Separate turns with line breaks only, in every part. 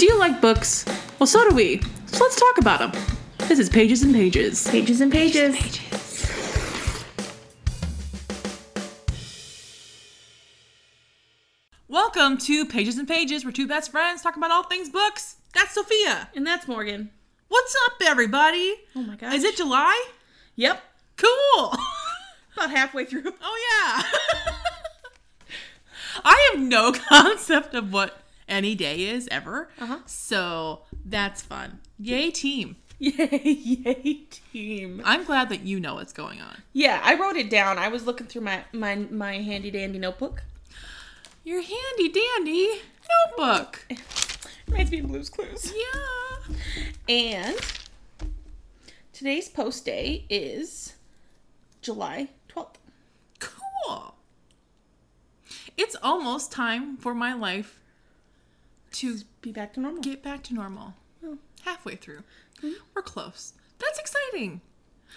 you like books. Well, so do we. So let's talk about them. This is Pages and Pages.
Pages and pages.
Welcome to Pages and Pages, where two best friends talk about all things books. That's Sophia.
And that's Morgan.
What's up, everybody?
Oh my gosh.
Is it July?
Yep.
Cool.
About halfway through.
oh, yeah. I have no concept of what any day is ever.
Uh-huh.
So that's fun. Yay, team.
Yay, yay, team.
I'm glad that you know what's going on.
Yeah, I wrote it down. I was looking through my my, my handy dandy notebook.
Your handy dandy notebook.
Reminds me of Blue's Clues.
Yeah.
And today's post day is July 12th.
Cool. It's almost time for my life to
Be back to normal.
get back to normal.
Oh. Hmm?
Halfway through. We're close. That's exciting.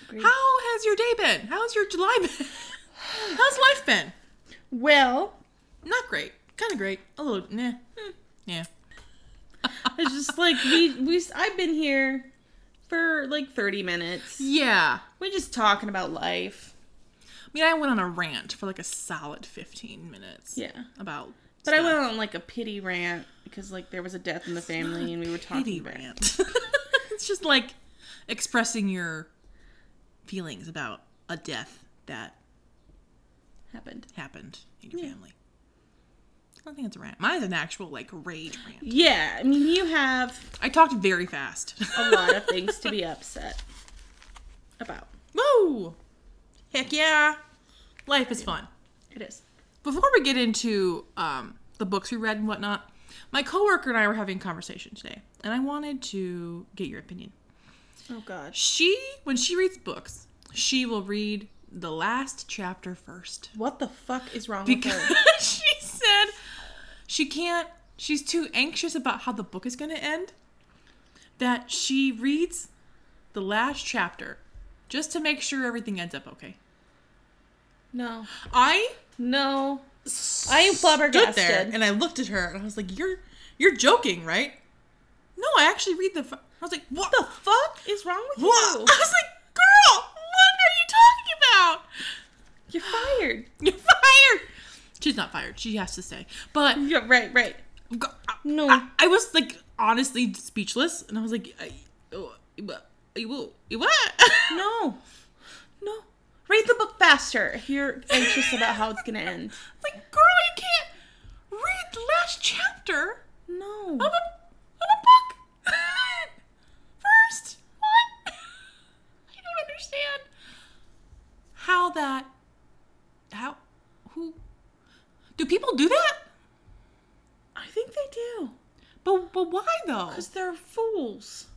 Agreed.
How has your day been? How's your July been? How's life been?
Well,
Not great. Kind of great. A little, nah. Hmm. Yeah.
it's just like we we I've been here for like 30 minutes.
Yeah.
We're just talking about life.
I mean, I went on a rant for like a solid 15 minutes
Yeah.
about.
But I
stuff.
went on like a pity rant because like there was a death in the family and we were talking
pity
about it.
rant. it's just like expressing your feelings about a death that
happened.
happened in your family. I don't think it's a rant. Mine's an actual like rage rant.
Yeah, I mean you have
I talked very fast.
a lot of things to be upset about.
Woo! Heck yeah! Life is fun.
It is.
Before we get into um, the books we read and whatnot, my coworker and I were having a conversation today, and I wanted to get your opinion.
Oh gosh.
She, when she reads books, she will read the last chapter first.
What the fuck is wrong
Because
with her?
she said she can't, she's too anxious about how the book is going to end that she reads the last chapter just to make sure everything ends up okay.
No.
I
No. I am
stood
flabbergasted.
there and I looked at her and I was like, "You're you're joking, right?" No, I actually read the. F-. I was like, "What the fuck?"
Is wrong with
What? I was like, "Girl, what are you talking about?"
you? You're fired.
You're fired. She's not fired. She has to stay. But
Yeah, right, right.
g- I-
No.
I, I was like honestly speechless, and I was like, I, oh, what? What? No.
No. No. Read the book faster if you're anxious about how it's gonna end.
Like, girl, you can't read the last chapter
No.
of a, of a book first. What? I don't understand how that. How? Who? Do people do that?
I think they do.
But but why though?
Because they're fools.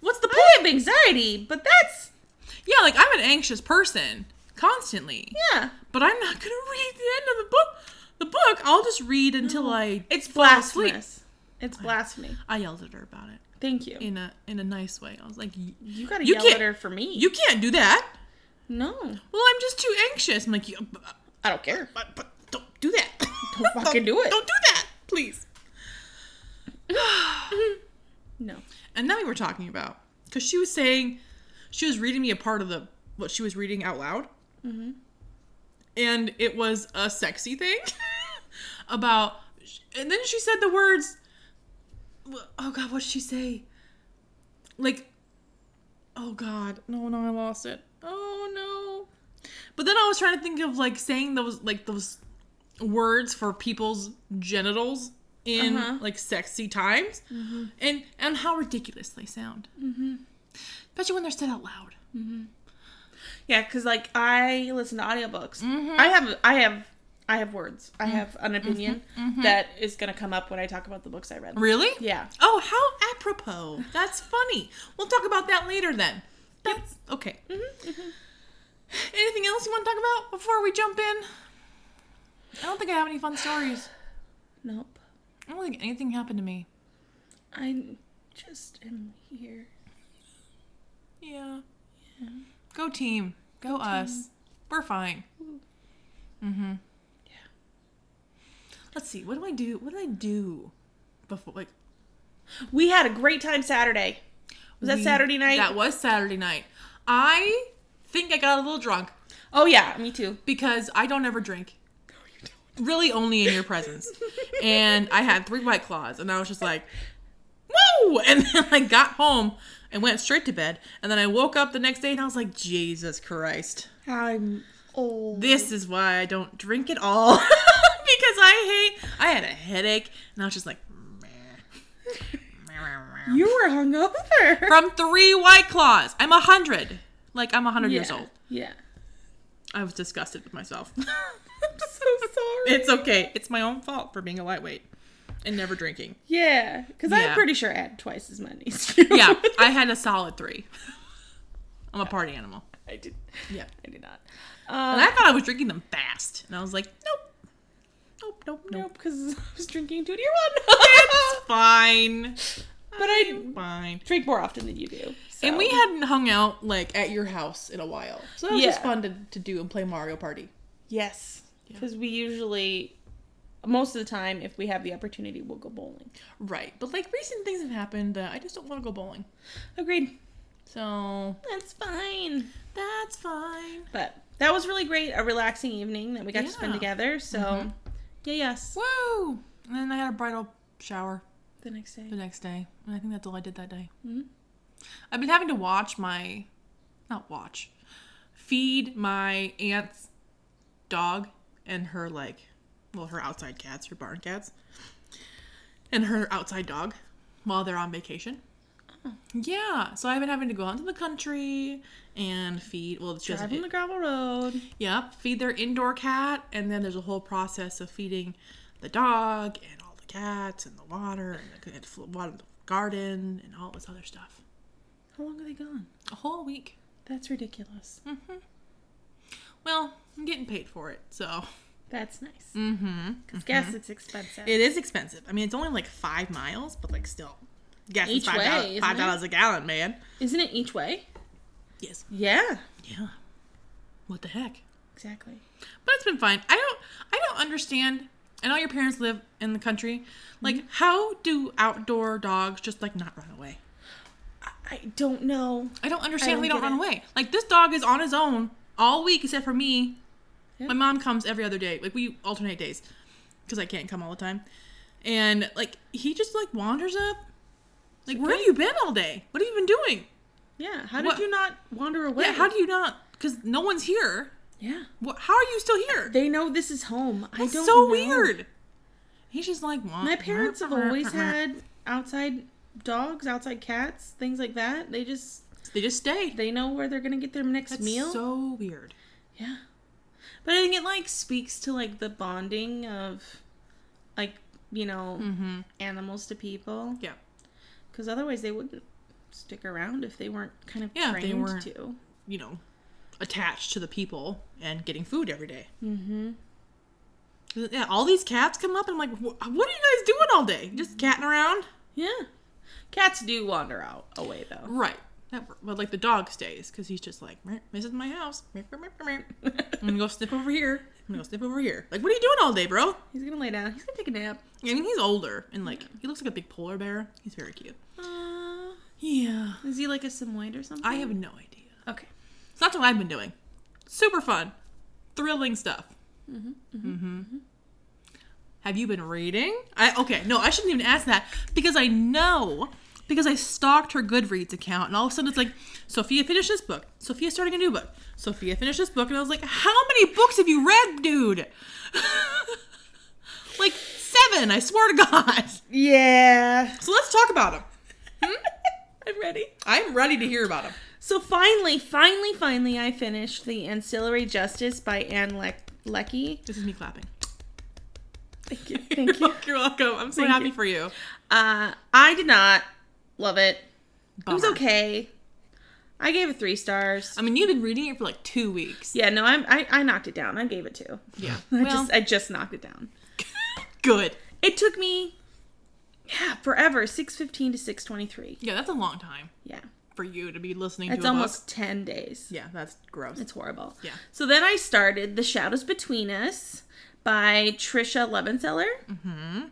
What's the
I
point?
have anxiety, but that's
Yeah, like I'm an anxious person constantly,
yeah.
but I'm not gonna read the end of the book. The book, I'll just read until I.
It's
fall asleep.
blasphemous. It's blasphemy.
I yelled at her about it
Thank you.
in a in a nice way. I was like, "You-
You gotta
You
yell
can't-
at her for me.
"You can't do that."
no.
Well, I'm just too anxious. I'm like, "You- but,
I don't care.
but, but don't do that.
Don't fucking do it.
Don't do that, please.
No.
And then we were talking about because she was saying she was reading me a part of the what she was reading out loud, and it was a sexy thing about. And then she said the words. Oh God, what did she say? Like, oh God, no, no, I lost it. Oh no. But then I was trying to think of like saying those like those words for people's genitals in
Uh-huh.
like sexy times and and how ridiculous they sound mm-hmm. especially when they're said out loud
Yeah, because like I listen to audiobooks.
Mm-hmm.
I have I have I have words. I have an opinion
Mm-hmm.
that is gonna come up when I talk about the books I read.
really
Yeah.
oh how apropos that's funny we'll talk about that later then that's okay mm-hmm. anything else you want to talk about before we jump in i don't think i have any fun stories
Nope.
i don't think anything happened to me
I just am here.
yeah go team go, us we're fine mm-hmm
Yeah.
let's see what do i do what did i do before like
We had a great time Saturday. Was that
We-
Saturday night?
That was Saturday night. I think I got a little drunk
oh yeah, me too.
because I don't ever drink. Really, only in your presence. and I had three white claws, and I was just like, "Whoa!" And then I got home and went straight to bed. And then I woke up the next day, and I was like, "Jesus Christ,
I'm old.
this is why I don't drink at all." because I hate. I had a headache, and I was just like, "Meh."
you were hungover.
from three white claws. I'm a hundred. Like I'm a hundred
yeah.
years old.
Yeah.
I was disgusted with myself.
I'm so sorry.
it's okay. It's my own fault for being a lightweight and never drinking.
yeah, because
Yeah.
I'm pretty sure I had twice as many. as you.
Yeah, I had a solid three. I'm a party animal.
I did.
Yeah.
I did not.
And
Um,
I thought I was drinking them fast, and I was like, nope, nope, nope, nope.
nope, because I was drinking two to your one.
Fine,
but I
fine.
drink more often than you do. So.
And we hadn't hung out like at your house in a while, so that was just
Yeah.
fun to, to do and play Mario Party.
yes, because we usually, most of the time, if we have the opportunity, we'll go bowling.
Right, but like recent things have happened that I just don't want to go bowling.
Agreed.
So
That's fine.
that's fine.
But that was really great. A relaxing evening that we got to spend
Yeah. Mm-hmm.
together. So, yeah, yes.
Woo! And then I had a bridal shower
The next day.
the next day, and I think that's all I did that day.
Mhm.
I've been having to watch my, not watch, feed my aunt's dog and her like, well, her outside cats, her barn cats, and her outside dog while they're on vacation. Yeah, so I've been having to go out into the country and feed. Well, it's just
Driving the gravel road.
Yep, feed their indoor cat, and then there's a whole process of feeding the dog and all the cats and the water and the, and fl- water the garden and all this other stuff.
How long are they gone?
A whole week.
That's ridiculous.
Mm. Well, I'm getting paid for it, so
That's nice. Mm-hmm. Because gas is expensive.
it is expensive. I mean, it's only like five miles, but like still, gas is
Each
five
way,
dollars
isn't
five dollars a gallon, man.
Isn't it each way?
Yes.
Yeah.
Yeah. What the heck?
Exactly.
but it's been fine. I don't I don't understand. I know your parents live in the country. Like, how do outdoor dogs just like not run away?
I, I don't know.
I don't understand
I
how they
don't
don't
get
run
it.
away. Like this dog is on his own all week except for me.
Yeah.
My mom comes every other day. Like we alternate days because I can't come all the time. And like he just like wanders up. Like where have you been all day? What have you been doing?
Yeah. How did
What-
you not wander away?
Yeah, how do you not? Because no one's here.
Yeah.
What, how are you still here?
They know this is home. I
It's
don't
so
know.
weird. He's just like
My parents have always had outside dogs, outside cats, things like that. They just
They just stay.
they know where they're gonna get their next
That's
meal.
so weird.
yeah. But I think it like speaks to like the bonding of like, you know,
Mm-hmm.
animals to people.
Yeah.
Because otherwise they wouldn't stick around if they weren't kind of
Yeah, if
trained
they weren't-
to.
You know, attached to the people and getting food every day.
Mm-hmm.
Yeah, all these cats come up and I'm like, "Wh- what are you guys doing all day? Just catting around?
Yeah. Cats do wander out away though.
Right. That, but like the dog stays because he's just like, "Meh, this is my house. Meh, meh, meh, meh, meh. I'm gonna go sniff over here. I'm gonna go sniff over here. Like, what are you doing all day, bro?
He's gonna lay down. He's gonna take a nap.
I mean, he's older and like he looks like a big polar bear. He's very cute.
Uh,
Yeah.
is he like a Samoyed or something?
I have no idea.
Okay.
So that's what I've been doing. Super fun, thrilling stuff. Mhm. Have you been reading? I okay. No, I shouldn't even ask that because I know because I stalked her Goodreads account, and all of a sudden it's like Sophia finished this book. Sophia starting a new book. Sophia finished this book, and I was like, how many books have you read, dude? like seven. I swear to God.
Yeah.
So let's talk about them.
Hmm? I'm ready.
I'm ready to hear about them.
So finally, finally, finally, I finished The Ancillary Justice by Anne Le- Leckie.
This is me clapping.
Thank you. Thank you.
You're welcome. I'm so
Thank
happy
you.
for you.
Uh, I did not love it. It was
Bummer.
okay. I gave it three stars.
I mean, you've been reading it for like two weeks.
Yeah, no, I'm, I, I knocked it down. I gave it two.
Yeah.
I
Well,
just I just knocked it down.
good.
It took me, yeah, forever. Six fifteen to six twenty three.
Yeah, that's a long time
Yeah,
for you to be listening
that's
to a
almost
book.
ten days.
Yeah, that's gross.
It's horrible.
Yeah.
So then I started The Shadows Between Us by Trisha Levenseller.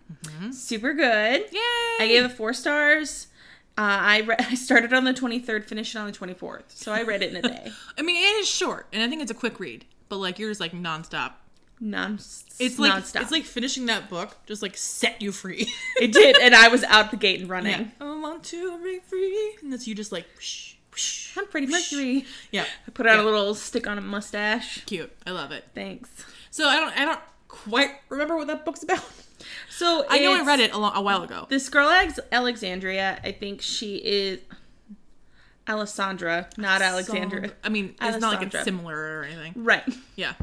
Super good.
Mm-hmm, Yay!
I gave it four stars. Uh, I re- I started on the 23rd, finished it on the 24th, so I read it in a day,
I mean, it is short, and I think it's a quick read. But like, you're just like nonstop.
non.
It's like
nonstop.
it's like finishing that book just like set you free.
it did, and I was out the gate and running.
I want to be free, and that's you just like. Whoosh, whoosh,
I'm pretty
whoosh.
mercury.
Yeah,
I put out
Yeah.
a little stick on a mustache.
cute. I love it.
Thanks.
So I don't I don't quite remember what that book's about.
So
I know I
it's-
read it a, long, a while ago.
This girl, Alex- Alexandria, I think she is Alessandra, not Alexandria.
So- I mean, it's not like it's
Alessandra.
similar or anything.
Right.
Yeah.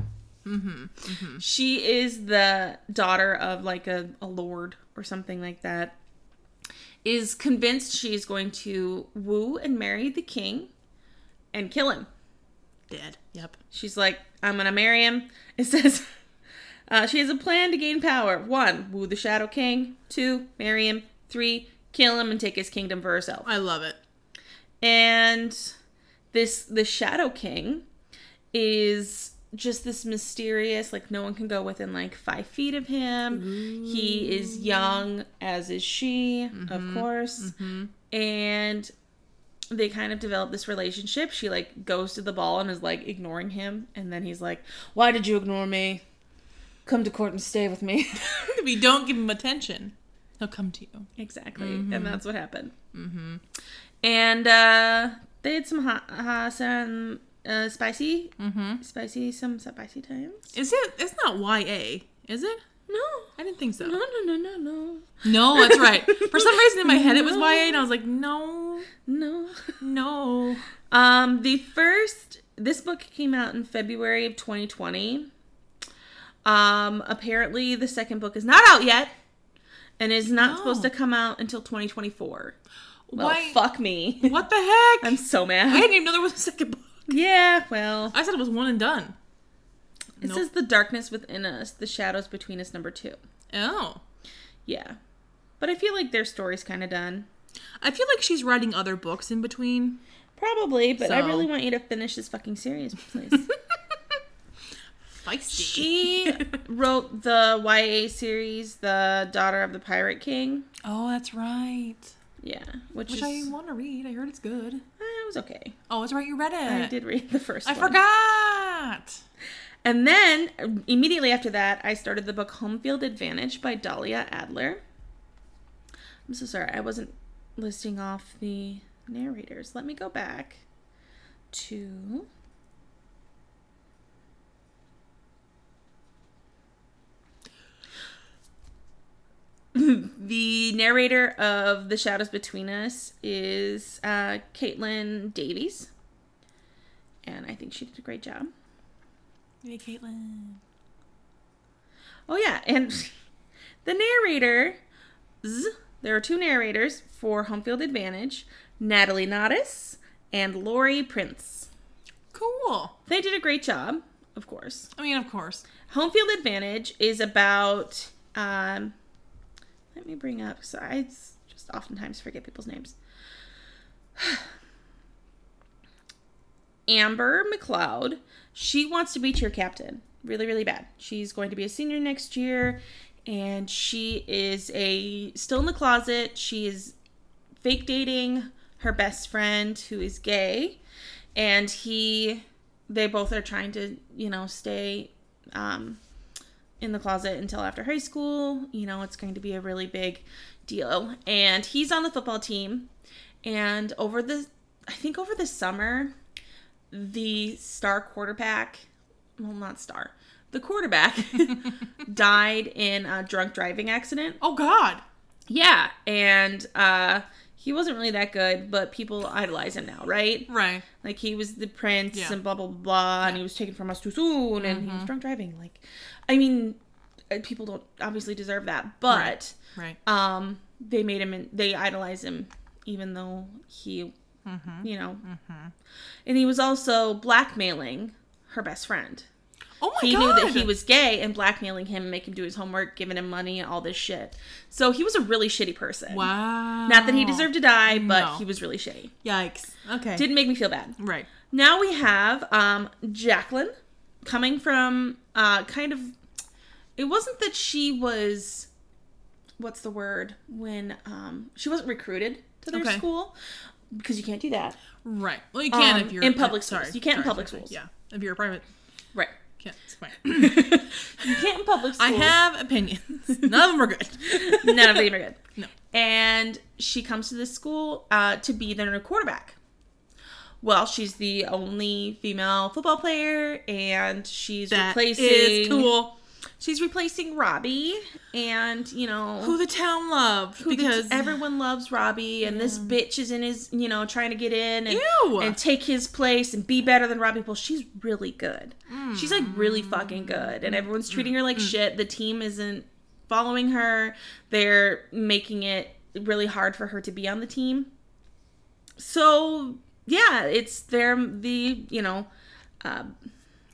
She is the daughter of like a, a lord or something like that. Is convinced she's going to woo and marry the king and kill him.
Dead. Yep.
She's like, I'm gonna marry him. It says uh, she has a plan to gain power. One, woo the Shadow King. Two, marry him. Three, kill him and take his kingdom for herself.
I love it.
And this the Shadow King is just this mysterious, like no one can go within like five feet of him. He is young, as is she, of course. And they kind of develop this relationship. She like goes to the ball and is like ignoring him, and then he's like, "Why did you ignore me? Come to court and stay with me."
If you don't give him attention, he'll come to you.
Exactly, and that's what happened. Mm-hmm. And uh, they had some hot, uh, some uh, spicy,
Mm.
mm-hmm. spicy, some spicy times.
Is it? It's not YA, is it?
No,
I didn't think
no,
so.
no, no, no, no,
No, that's right. For some reason in my head it was YA, and I was like, no,
no.
no.
Um, the first this book came out in February of 2020. Um, apparently the second book is not out yet, and is not supposed
No.
to come out until 2024. Well,
Why?
fuck me.
What the heck?
I'm so
I
mad.
didn't even know there was a second book.
Yeah, well.
I said it was one and done.
It
Nope.
says the darkness within us, the shadows between us, number two.
Oh.
Yeah. But I feel like their story's kind of done.
I feel like she's writing other books in between.
Probably, but I
So-
really want you to finish this fucking series, please.
Feisty.
she wrote the YA series, The Daughter of the Pirate King.
oh, that's right.
Yeah. Which,
Which
is.
I want to read. I heard it's good.
eh, it was okay.
Oh, that's right. You read it.
I did read the first
I
one.
forgot.
And then um, immediately after that, I started the book Home Field Advantage by Dahlia Adler. I'm so sorry, I wasn't listing off the narrators. Let me go back to. the narrator of The Shadows Between Us is uh, Caitlin Davies. And I think she did a great job.
Hey, Caitlin.
Oh yeah, and the narrator. There are two narrators for Home Field Advantage: Natalie Nottis and Lori Prince.
Cool.
They did a great job, of course.
I mean, of course.
Home Field Advantage is about. Um, let me bring up. So I s- just oftentimes forget people's names. Amber McLeod. She wants to be cheer captain really, really bad. She's going to be a senior next year, and she is a still in the closet. She is fake dating her best friend who is gay, and he. They both are trying to, you know, stay um, in the closet until after high school. You know, it's going to be a really big deal. And he's on the football team. And over the, I think over the summer, the star quarterback, well, not star, the quarterback died in a drunk driving accident.
Oh, God.
Yeah. And uh, he wasn't really that good, but people idolize him now, right?
Right.
Like he was the prince
Yeah. Mm-hmm.
and blah blah blah, and he was taken from us too soon, and he was drunk driving. Like, I mean, uh, people don't obviously deserve that, but
Right.
um, they made him and they idolize him, even though he,
Mm-hmm.
you know, and he was also blackmailing her best friend.
Oh, my
He
God.
knew that he was gay and blackmailing him, and making him do his homework, giving him money, all this shit. So he was a really shitty person.
Wow.
Not that he deserved to die, but
Oh. No.
he was really shitty.
Yikes. Okay.
Didn't make me feel bad.
right.
Now we have um, Jacqueline coming from uh, kind of it wasn't that she was what's the word when um she wasn't recruited to their
Okay.
school because you can't do that.
Right. Well, you can
Um,
if you're
in public
sorry,
schools. You can't in
sorry,
public
sorry,
schools.
Yeah. If you're a private,
Right.
can't. it's fine.
you can't in public schools.
I have opinions. None of them are good.
none of them are good.
No.
And she comes to this school uh, to be their quarterback. Well, she's the only female football player, and she's
That
replacing.
is cool.
She's replacing Robbie, and you know
Who the town loved
who the-
because
everyone loves Robbie, and this bitch is in his, you know, trying to get in and,
Ew.
and take his place and be better than Robbie. Well, she's really good. She's like really
Mm.
fucking good, and everyone's treating her like shit. The team isn't following her, they're making it really hard for her to be on the team. So, yeah, it's they're the, you know, uh,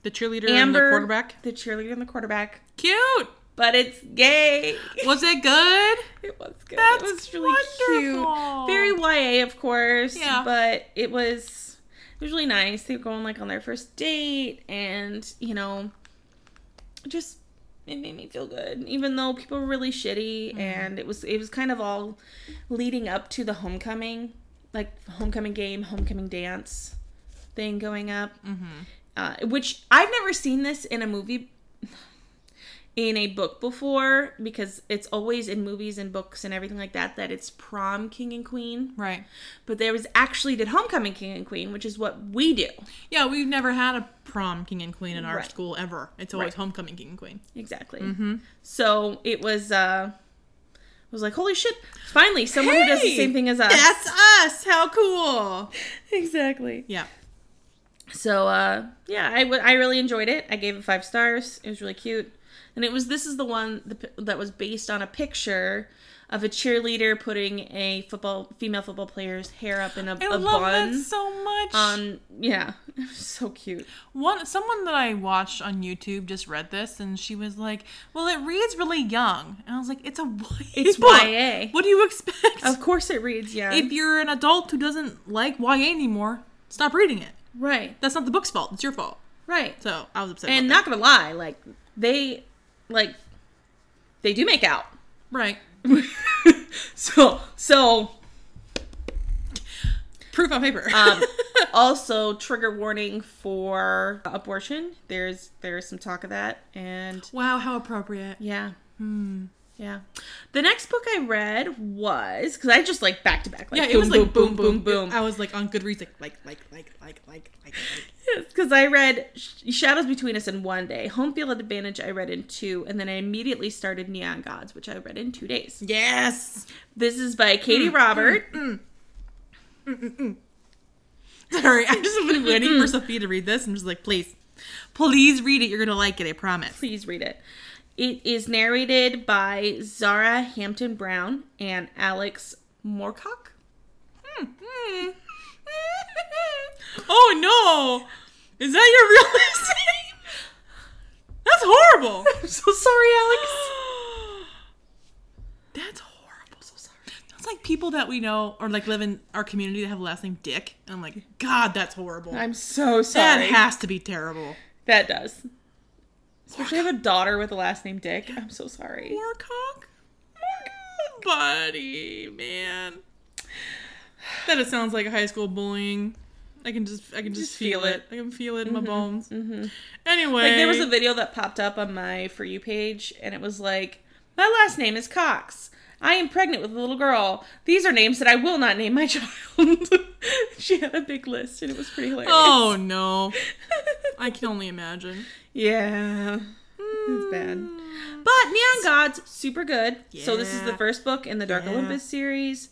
the cheerleader and
Amber,
the quarterback.
the cheerleader and the quarterback,
Cute.
but it's gay.
Was it good?
It was good.
That's
it was really
wonderful.
cute. Very YA, of course.
Yeah.
But it was it was really nice. They were going like on their first date, and you know, just it made me feel good, even though people were really shitty,
Mm-hmm.
and it was it was kind of all leading up to the homecoming, like homecoming game, homecoming dance thing going up,
Mm-hmm.
uh, which I've never seen this in a movie in a book before because it's always in movies and books and everything like that that it's prom king and queen.
Right.
But there was actually did homecoming king and queen, which is what we do.
Yeah, we've never had a prom king and queen in our
Right.
school ever. It's always
Right.
homecoming king and queen.
Exactly. So it was uh I was like, holy shit, finally someone who does the
Hey!
same thing as us.
That's us. How cool.
Exactly.
Yeah.
So uh yeah, I w- I really enjoyed it. I gave it 5 stars. It was really cute. And it was this is the one the, pi- that was based on a picture of a cheerleader putting a football female football player's hair up in a,
I
a
love
bun.
that so much.
Um, yeah, It was so cute.
One someone that I watched on YouTube just read this and she was like, "Well, it reads really young," and I was like, "It's a YA
It's
book.
YA.
What do you expect?
Of course, it reads young.
if you're an adult who doesn't like YA anymore, stop reading it.
right,
That's not the book's fault. It's your fault."
right.
So I was upset.
and
about
not gonna lie, like they, like they do make out.
that. right,
so so
proof on paper.
um, also trigger warning for abortion. There's there's some talk of that and
wow, how appropriate.
yeah.
Hmm.
Yeah. The next book I read was because I just like back to back like
Yeah, it
boom,
was like
boom boom boom
I was like on Goodreads, like like like like like like like. like.
Because I read Sh- Shadows Between Us in one day, Home Field Advantage I read in two, and then I immediately started Neon Gods, which I read in two days.
Yes.
This is by Katie
Hmm.
Robert.
Sorry, I've just been waiting for Sophia to read this. I'm just like, please, please read it. You're gonna like it. I promise.
Please read it. It is narrated by Zara Hampton Brown and Alex Moorcock.
Hmm, oh no! Is that your real last name? That's horrible.
I'm so sorry,
That's horrible. So sorry. That's like people that we know or like live in our community that have the last name Dick. And I'm like, God, that's horrible.
I'm so
that
sorry. That,
has to be terrible.
does. Especially if I have a daughter with the last name Dick. I'm so sorry.
Warcock? Buddy, man. That it sounds like high school bullying. I can just I can just,
Just
feel,
feel
it. Mm-hmm, I can feel it in my bones. Anyway,
Like there was a video that popped up on my for you page, and it was like, "My last name is Cox. I am pregnant with a little girl. These are names that I will not name my child." she had a big list, and it was pretty hilarious.
Oh no. I can only imagine.
yeah, it's bad. But Neon Gods, super good. So this is
Mm. Yeah.
the first book in the Dark
Yeah.
Olympus series.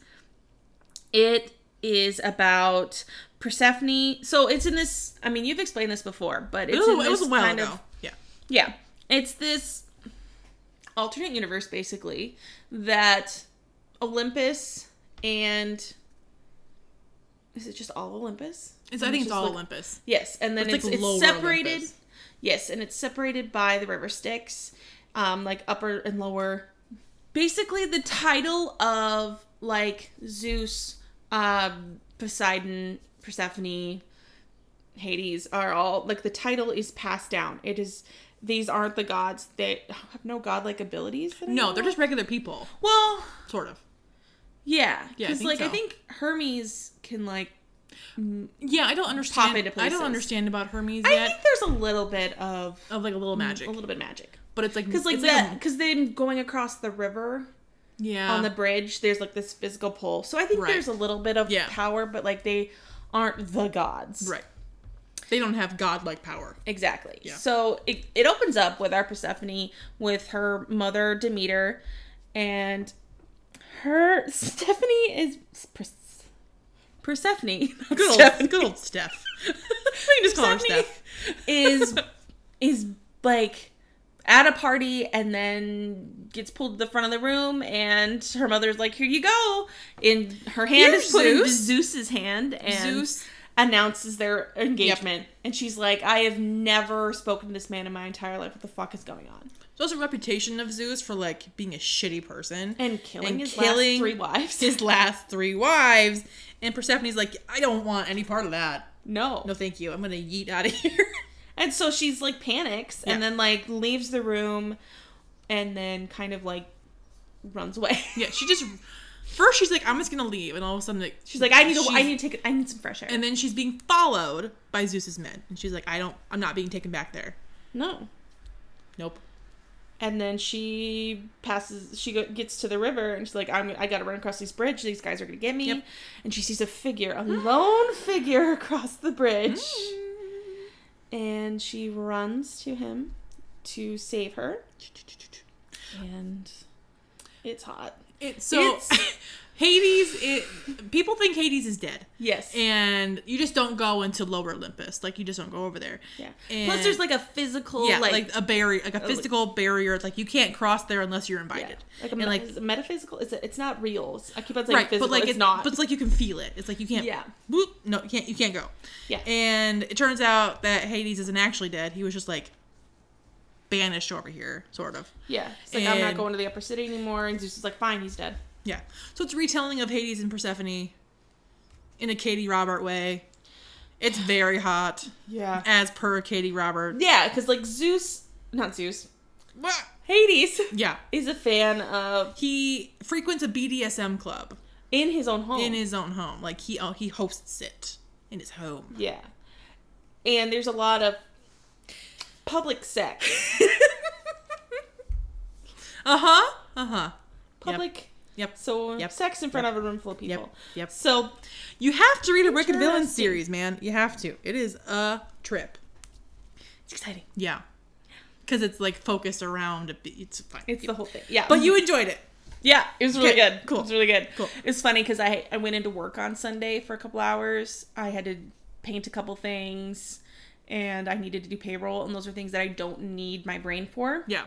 It is about Persephone. So it's in this. I mean, you've explained this before, but
It
it's
was,
in
a- it was
this
a while
kind
ago.
of
yeah.
Yeah. It's this alternate universe, basically, that Olympus and. Is it just all Olympus?
It's,
And
I think it's
just
all
like-
Olympus.
Yes, and then
It's like
it's, it's,
lower
separated.
Olympus.
Yes, and it's separated by the river Styx, um, like upper and lower. Basically, the title of like Zeus, um, Poseidon, Persephone, Hades are all like the title is passed down. It is these aren't the gods. They have no godlike abilities. that I know
No, they're
of.
just regular people,
well,
sort of.
yeah,
Yeah, I
because
think
like I
so.
think Hermes can like.
Yeah, I don't understand.
into
I
places.
don't understand about Hermes
I
yet
think there's a little bit of
of like Mm, a little magic,
a little bit of magic
but it's like
because like
it's
that
a-
because them going across the river
yeah,
on the bridge there's like this physical pull so i think
Uh. Right.
there's a little bit of
Yeah.
power but like they aren't the gods
right. They don't have godlike power.
exactly
Yeah.
so it, it opens up with our persephone with her mother demeter and her stephanie is Pers- persephone not
Good
Stephanie.
old, good old Steph. we can just call her
Stephanie
Steph.
is is like at a party and then gets pulled to the front of the room and her mother's like, "Here you go." And her hand
Here's
is put into
Zeus.
Zeus's hand and
Zeus.
announces their engagement. And she's like, "I have never spoken to this man in my entire life. What the fuck is going on?"
There's a reputation of Zeus for like being a shitty person.
And killing
And
his
killing
last three wives.
his last three wives, and Persephone's like, I don't want any part of that.
No.
No, thank you. I'm gonna yeet out of here.
And so she's like panics and
Yeah.
then like leaves the room and then kind of like runs away.
yeah, she just first she's like, I'm just gonna leave, and all of a sudden like,
She's like, I need to, I
she's-
need to take, I need some fresh air.
and then she's being followed by Zeus's men, and she's like, I don't, I'm not being taken back there.
no.
Nope.
And then she passes, she go, gets to the river, and she's like, I'm, I gotta run across this bridge. These guys are gonna get me.
Yep.
And she sees a figure, a lone figure across the bridge,
Mm.
and she runs to him to save her. And it's hot.
It's so
It's-
Hades. It people think Hades is dead,
Yes.
and you just don't go into Lower Olympus. Like you just don't go over there.
yeah. Plus,
and-
there's like a physical,
yeah,
like,
like, a barrier, like a
like-
physical barrier. It's like you can't cross there unless you're
yeah,
invited.
like a
and
me-
like
is it metaphysical. It's it's not real. It's- I keep on saying
right,
physical,
but like
it's, not.
But it's like you can feel it. It's like you can't.
Yeah.
Whoop, no, you can't. You can't go.
Yeah.
And it turns out that Hades isn't actually dead. He was just like banished over here, sort of.
Yeah. It's like, I'm not
And-
going to the upper city anymore. And Zeus is like, fine, he's dead.
Yeah. So it's a retelling of Hades and Persephone in a Katie Robert way. It's very hot,
Yeah.
as per Katie Robert.
Yeah, because like Zeus, not Zeus,
Wah!
Hades
Yeah.
is a fan of
He frequents a BDSM club
in his own home.
in his own home. Like he oh, he hosts it in his home.
yeah. And there's a lot of public sex.
Uh huh. Uh huh.
public.
Yep.
So
Yep.
sex in front of a room full of people.
Yep.
So
You have to read a Wicked Villain
Interesting.
series, man. You have to. It is a trip.
it's exciting.
Yeah. Because it's like focused around. A, b- it's fine.
It's the whole thing. Yeah.
but you enjoyed it.
Yeah, it was really
Okay,
good.
cool.
It was really good.
Cool.
It's funny because I I went into work on Sunday for a couple hours. I had to paint a couple things, and I needed to do payroll, and those are things that I don't need my brain for.
Yeah.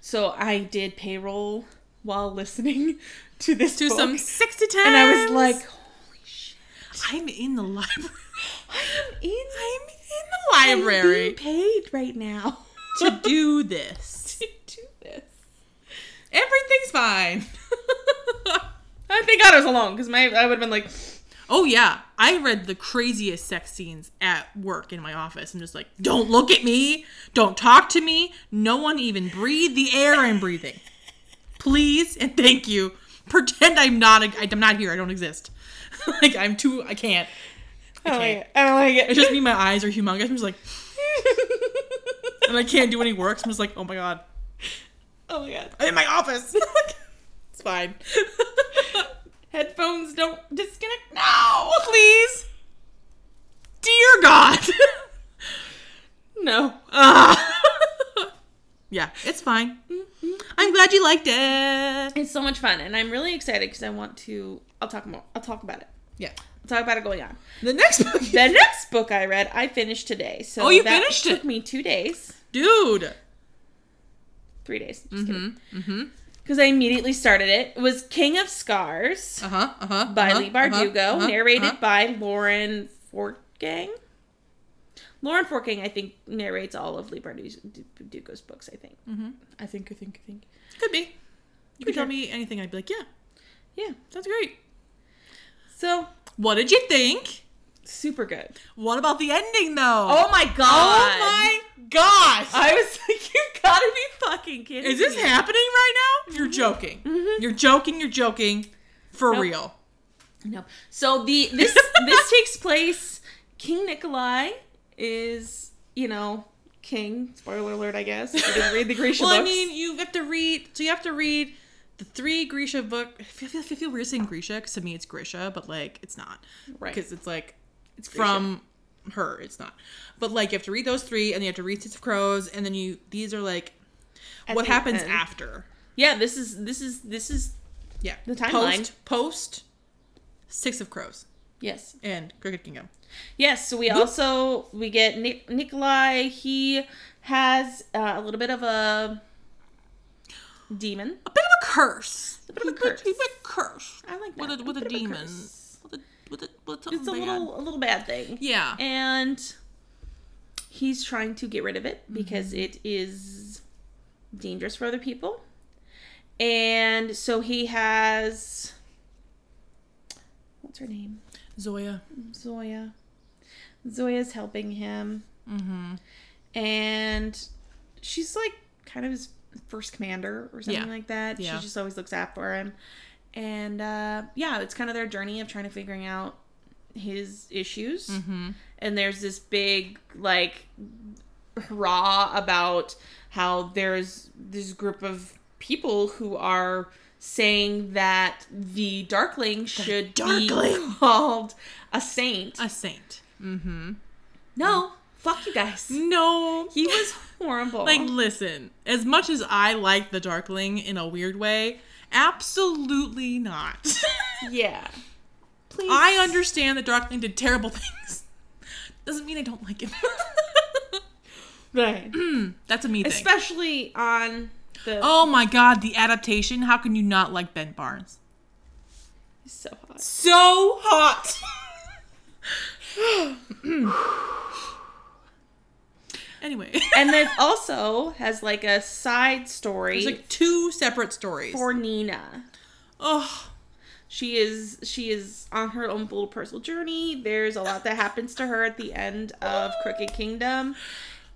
So I did payroll while listening to this
To
book,
some six to ten.
and I was like, holy shit,
I'm in the library.
I'm in,
I'm in the library
I'm being paid right now
to do this.
to do this.
Everything's fine.
I thank God I was alone because my I would have been like,
oh yeah, I read the craziest sex scenes at work in my office. I'm just like, don't look at me, don't talk to me. No one even breathe the air I'm breathing. Please and thank you. Pretend I'm not. A, I'm not here. I don't exist. like I'm too. I can't.
I don't like
can't.
it. I don't like it.
It's just me. My eyes are humongous. I'm just like, and I can't do any work. So I'm just like, oh my god.
oh my god.
I'm in my office. it's fine.
Headphones don't disconnect.
no, please. Dear God.
No.
Ah. yeah, it's fine. Mm-hmm. I'm glad you liked it.
It's so much fun, and I'm really excited because I want to. I'll talk more. I'll talk about it.
Yeah.
I'll talk about it going on.
The next book,
The next book I read, I finished today. So
Oh, you
that
finished
took
it?
me two days,
dude. Uh-huh,
three days. Just kidding. Because I immediately started it. It was King of Scars
Uh huh. Uh huh.
by Lee Bardugo,
uh-huh,
narrated by Lauren Fortgang. Lauren Fortgang, I think, narrates all of Lee Bardugo's books. I think.
Mhm.
Mm-hmm. I think. I think. I think.
Could be. You
Could
could tell
be.
me anything. I'd be like, yeah,
Yeah.
sounds great.
So
What did you think?
super good.
What about the ending though?
Oh my god.
Oh my gosh!
I was like, you gotta be fucking kidding
Is this
me.
happening right now? You're joking. You're joking. You're joking. For
Mm-hmm. Nope.
real.
No. So the this this takes place. King Nikolai is you know king. Spoiler alert, I guess. If you didn't read the Grecian
well,
books.
I mean, you have to read. So you have to read the three Grisha book. I feel, I feel, I feel weird saying Grisha because to me it's Grisha, but like it's not
right?
because it's like it's
Grisha.
from her. It's not. But like you have to read those three, and you have to read Six of Crows, and then you these are like
At
what
the
happens
end.
after.
Yeah, this is this is this is
Yeah,
The timeline.
Post, post Six of Crows
yes
and Crooked Kingdom.
yes. So we also we get Nic- Nikolai. He has uh, a little bit of a demon.
A bit of a curse. A bit
He
of a curse.
cursed.
He's a curse.
I like that.
With a, with a,
bit of
demon.
curse.
with a with a with something
It's a
bad.
little a little bad thing.
yeah.
and he's trying to get rid of
Mm-hmm.
it because it is dangerous for other people. And so he has what's her name?
Zoya.
Zoya. Zoya's helping him
Mm-hmm.
and she's like kind of his first commander or something
Yeah.
like that.
Yeah.
She just always looks after him. And uh, yeah, it's kind of their journey of trying to figuring out his issues
Mm-hmm.
and there's this big like hurrah about how there's this group of people who are saying that the darkling should be
Darkling. Uh,
called a saint.
A saint. Mm-hmm.
no, fuck you guys.
No.
He was horrible.
Like, listen, as much as I like the Darkling in a weird way, absolutely not.
yeah. Please.
I understand the Darkling did terrible things. Doesn't mean I don't like him.
right.
That's a me thing.
Especially on the
oh my god, the adaptation. How can you not like Ben Barnes?
so hot.
So hot. anyway.
And then also has like a side story
There's like two separate stories.
for Nina.
Oh,
she is she is on her own little personal journey there's a lot that happens to her at the end of crooked kingdom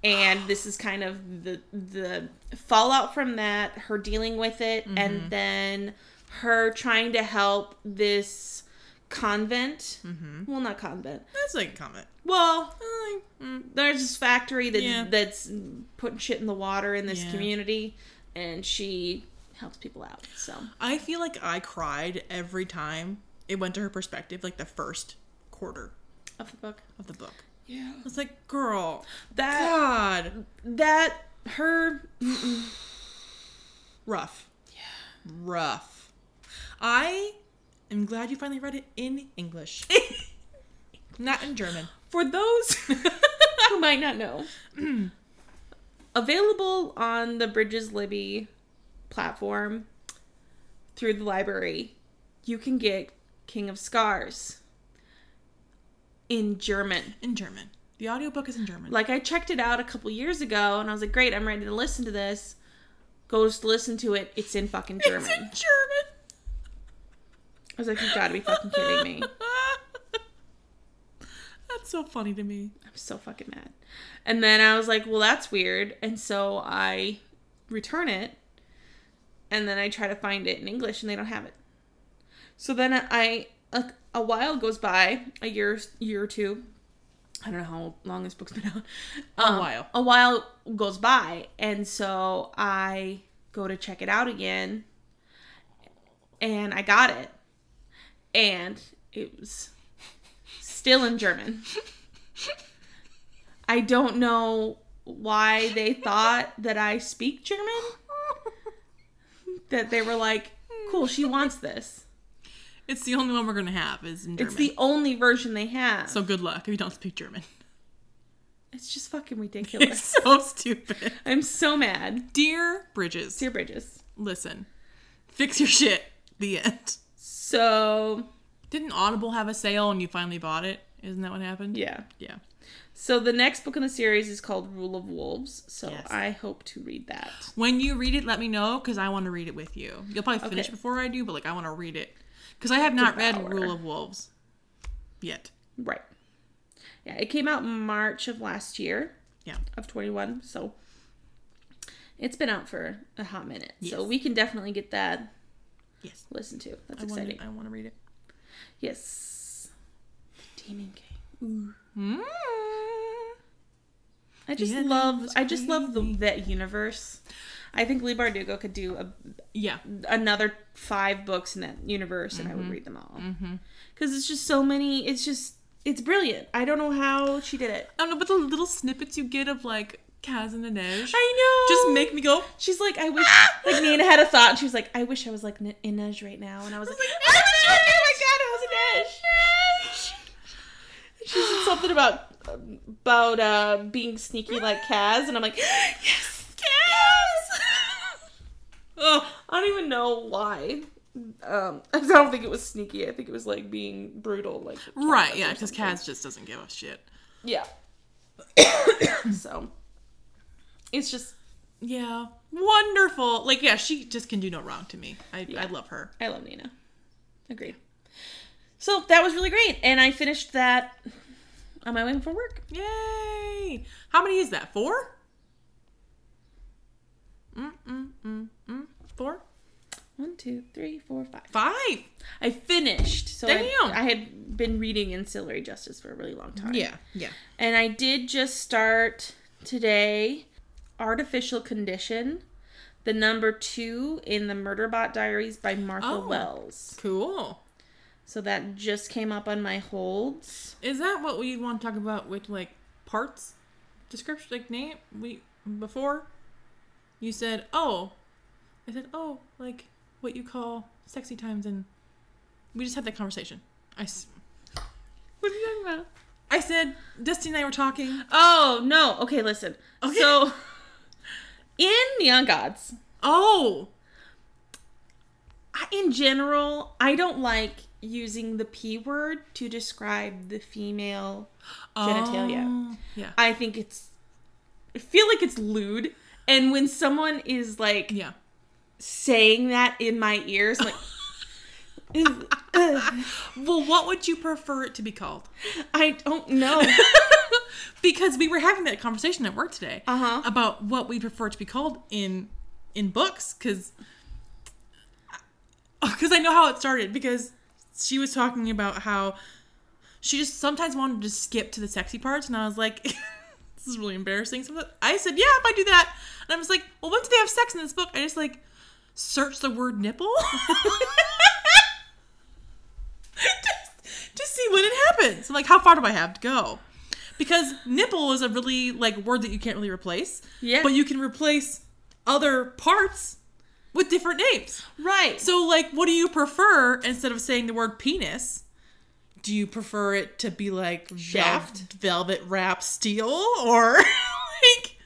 and this is kind of the the fallout from that her dealing with it and then her trying to help this convent well not convent
that's like a comment.
well
Like, mm,
there's this factory that's
Yeah.
that's putting shit in the water in this
Yeah.
community and she helps people out so
I feel like I cried every time it went to her perspective, like the first quarter
of the book
of the book.
yeah
I was like, girl,
that
God,
that her
rough. Yeah. Rough. I am glad you finally read it in English, not in German.
for those who might not know available on the bridges libby platform through the library you can get king of scars in german
In German. The audiobook is in German.
like i checked it out a couple years ago and i was like great i'm ready to listen to this goes to listen to it it's in fucking german
It's in German.
i was like you gotta be fucking kidding me
That's so funny to me.
I'm so fucking mad. And then I was like, well, that's weird. And so I return it. And then I try to find it in English and they don't have it. So then I, a, a while goes by, a year, year or two. I don't know how long this book's been out. Um,
while.
A while goes by. And so I go to check it out again. And I got it. And it was still in German. I don't know why they thought that I speak German. That they were like, cool, she wants this.
It's the only one we're gonna have is in German.
It's the only version they have.
so good luck if you don't speak German.
it's just fucking
It's
ridiculous.
so stupid.
I'm so mad.
Dear Bridges,
Dear Bridges.
listen, fix your shit. The end.
So,
Didn't Audible have a sale and you finally bought it? Isn't that what happened?
yeah.
Yeah.
So the next book in the series is called Rule of Wolves. So
Yes.
I hope to read that.
When you read it, let me know because I want to read it with you. You'll probably finish
Okay.
before I do, but like I want to read it because I have not
Devour.
read Rule of Wolves yet.
Right. Yeah, it came out March of last year.
Yeah.
of 21. So it's been out for a hot minute. So
Yes.
we can definitely get that
Yes.
listened to. That's
I want,
exciting.
to, I want to read it.
Yes. Demon King.
Mm.
I just
Yeah, that
love
was
I just love the,
crazy.
that universe. I think Lee Bardugo could do a,
Yeah.
another five books in that universe and I would read them all. Cuz it's just so many it's just it's brilliant. I don't know how she did it.
I don't know, but the little snippets you get of like Kaz and Inej
I
just make me go.
She's like, I wish. Like Nina had a thought, and she was like, I wish I was like N- Inej right now. And I was like, I wish I- oh my god, it was Inej. She said something about about uh, being sneaky like Kaz, and I'm like, yes, Kaz. oh, I don't even know why. Um, I don't think it was sneaky. I think it was like being brutal, like Kaz
Right,
or
yeah, because
something.
Kaz just doesn't give a shit.
Yeah. so it's just
Yeah. Wonderful. Like, yeah, she just can do no wrong to me. I, I love her.
I love Nina. Agreed. So that was really great, and I finished that on my way home from work.
Yay! How many is that? Four? Mm, mm, mm, mm. Four?
One, two, three, four, five.
Five.
I finished. So I,
Damn.
I had been reading Ancillary Justice for a really long time.
yeah.
And I did just start today Artificial Condition, the number two in the Murderbot Diaries by Martha
Oh.
Wells.
Cool.
So that just came up on my holds.
Is that what we want to talk about with like parts description, like name? We before you said oh, I said oh, like what you call sexy times, and we just had that conversation. I s-
What are you talking about?
I said Destiny and I were talking.
Oh no. Okay, listen.
Okay.
So in Neon Gods,
Oh,
I, in general, I don't like using the P word to describe the female genitalia.
Oh, yeah,
I think it's I feel like it's lewd. And when someone is like
yeah.
saying that in my ears, I'm like "Ugh, ugh."
Well, what would you prefer it to be called?
I don't know.
because we were having that conversation at work today
Uh-huh.
about what we prefer to be called in in books because because I know how it started because she was talking about how she just sometimes wanted to skip to the sexy parts and I was like this is really embarrassing sometimes I said yeah if I do that and I was like well when do they have sex in this book I just like search the word nipple just to see when it happens. I'm like, how far do I have to go? Because nipple is a really like word that you can't really replace.
Yeah.
But you can replace other parts with different names.
right. So
So like, what do you prefer instead of saying the word penis? Do you prefer it to be like vel-
Shaft?
velvet wrap steel, or like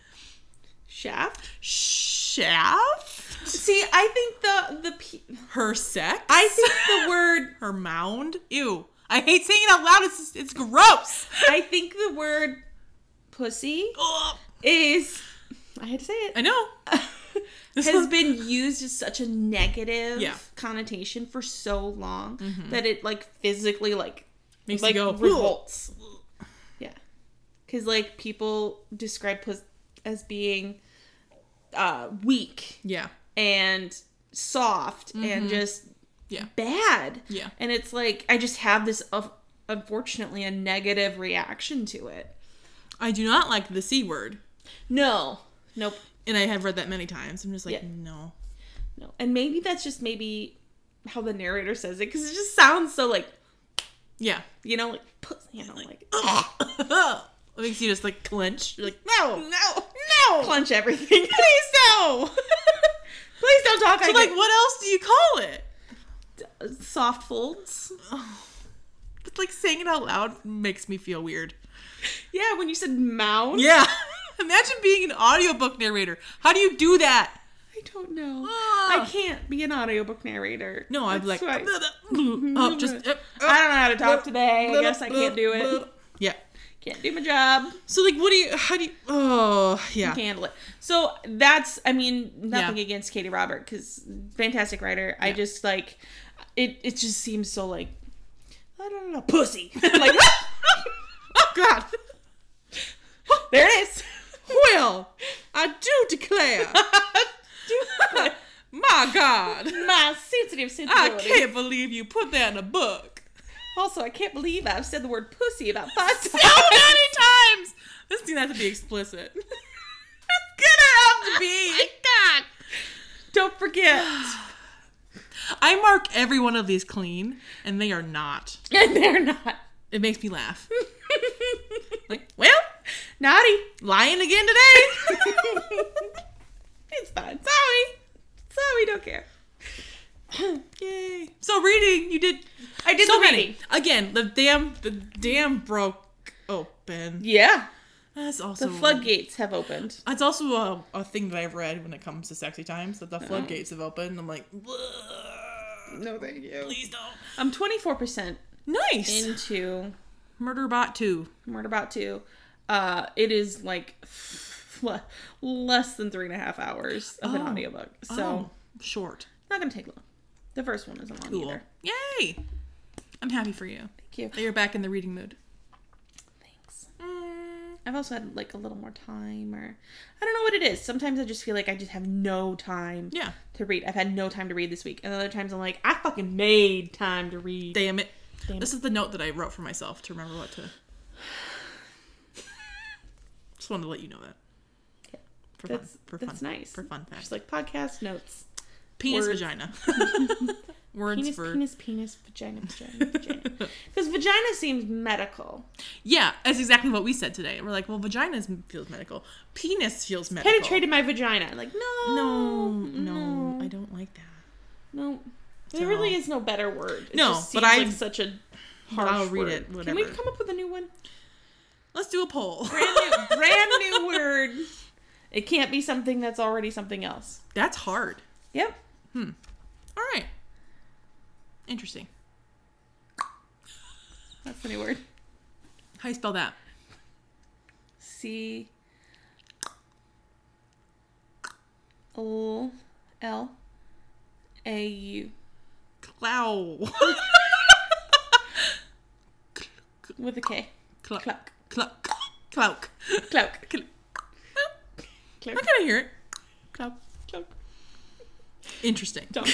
shaft.
shaft?
See, I think the the P
Her sex?
I think the word
her mound. Ew. I hate saying it out loud. It's just, it's gross.
I think the word pussy
Ugh.
is I had to say
I
it
know. This
has
is-
been used as such a negative
Yeah. Mm-hmm.
connotation for so long that it like physically like
Makes
like
you go. "Ugh."
revolts. Yeah, because like people describe puss as being uh, weak
Yeah.
and soft and just
Mm-hmm. Yeah.
bad.
Yeah.
And it's like I just have this of unfortunately a negative reaction to it.
I do not like the c word,
No. Nope.
and I have read that many times. I'm just like,
Yeah.
no.
No. And maybe that's just maybe how the narrator says it because it just sounds so like,
Yeah.
you know, like, puss, you know, like,
it makes you just like clench. You're like,
no, no,
no.
Clench everything. Please no. Please don't talk
So like,
like,
what else do you call it?
like soft folds.
But like saying it out loud makes me feel weird.
Yeah, when you said mound.
Yeah. Imagine being an audiobook narrator. How do you do that?
I don't know.
Ah.
I can't be an audiobook narrator.
No, I'm
That's
like,
why-
oh, just.
I don't know how to talk today. I guess I can't do it.
Yeah.
Can't do my job.
So like, what do you? How do you? Oh, yeah.
can handle it. So that's, I mean, nothing
Yeah.
against Katie Robert because fantastic writer. I just like it. It just seems so like I don't know, pussy. like, oh god, there it is.
I do declare. My God.
My sensitive
I
sensibility.
can't believe you put that in a book.
Also, I can't believe I've said the word pussy about five times.
How many times? This thing has to be explicit. it's gonna have to be.
God. Don't forget.
I mark every one of these clean, and they are not.
and they're not.
It makes me laugh. Like, well,
Naughty.
lying again today.
It's fine.
Sorry.
So we don't care.
Yay. So reading, you did
I did
so
the
many.
reading.
Again, the dam the dam broke open.
Yeah.
That's also
The floodgates have opened.
That's also a, a thing that I've read when it comes to sexy times that the
Uh-huh.
floodgates have opened. and I'm like, "Ugh,
No, thank you.
please don't.
I'm 24%
Nice.
into
Murderbot two.
Murderbot 2. Uh, it is like le- less than three and a half hours of an
Oh.
audiobook.
Oh,
So,
short.
not going to take long. The first one isn't long
Cool.
either.
Yay! I'm happy for you.
Thank you.
That you're back in the reading mood.
Thanks.
Mm,
I've also had like a little more time, or I don't know what it is. Sometimes I just feel like I just have no time
yeah.
to read. I've had no time to read this week, and other times I'm like, I fucking made time to read.
Damn it.
Damn
This is the note that I wrote for myself to remember what to. Just wanted to let you know that.
Yeah.
For
That's-
fun. For
that's
fun.
nice.
For fun fact.
Just like podcast notes,
penis
words.
vagina. Words
penis,
for.
penis, penis, vagina, vagina, vagina. Because vagina seems medical.
Yeah, that's exactly what we said today. We're like, well, vagina feels medical. Penis feels medical.
Penetrated my vagina. Like no,
No, Oh, no, I don't like that.
no. There
So-
really is no better word. It
No,
just
but
seems like
I've-
such a
But
harsh
I'll read
word.
it,
Can we
whatever.
come up with a new one?
Let's do a poll.
brand new, brand new word. It can't be something that's already something else.
That's hard. Hmm.
Yep.
All right. Interesting.
That's the new word.
How you spell that?
C L L A U
Clow.
with a K.
Cluck. Cluck.
Cloak.
Cluck. Cloak.
Cloak.
Cl-
Cloak.
I gotta hear it.
Cloak. Cloak.
Interesting.
Don't.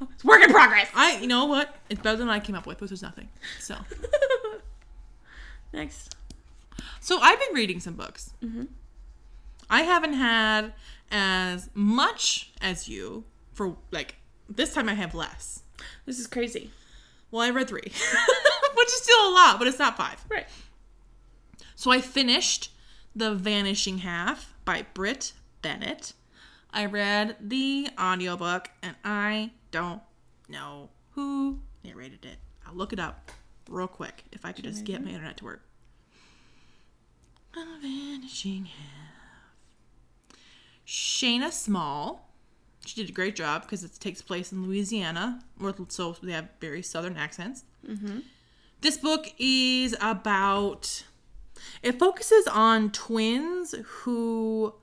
It's work in progress.
I, you know what? It's better than what I came up with, which was nothing. So,
Next.
so I've been reading some books.
Mm-hmm.
I haven't had as much as you for like this time. I have less.
This is crazy.
Well, I read three, which is still a lot, but it's not five.
Right.
So I finished The Vanishing Half by Britt Bennett. I read the audiobook and I don't know who narrated it. I'll look it up real quick if I could just get my internet to work. The Vanishing Half. Shayna Small. She did a great job because it takes place in Louisiana, where- so they have very southern accents. This book is about it focuses on twins who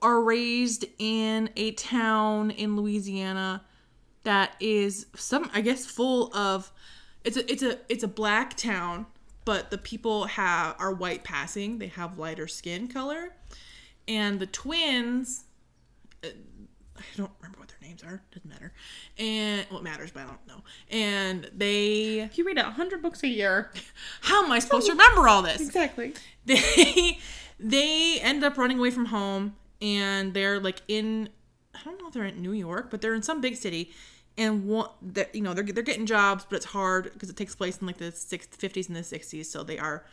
are raised in a town in Louisiana that is some I guess full of it's a it's a it's a black town, but the people have are white passing. They have lighter skin color. And the twins uh, I don't remember what their names are. Doesn't matter. And well, it matters, but I don't know. And they,
You read a hundred books a year.
how am I supposed to remember all this?
Exactly.
they they end up running away from home and they're like in I don't know if they're in New York, but they're in some big city and what that you know they're they're getting jobs, but it's hard because it takes place in like the 60s, 50s and the 60s, so they are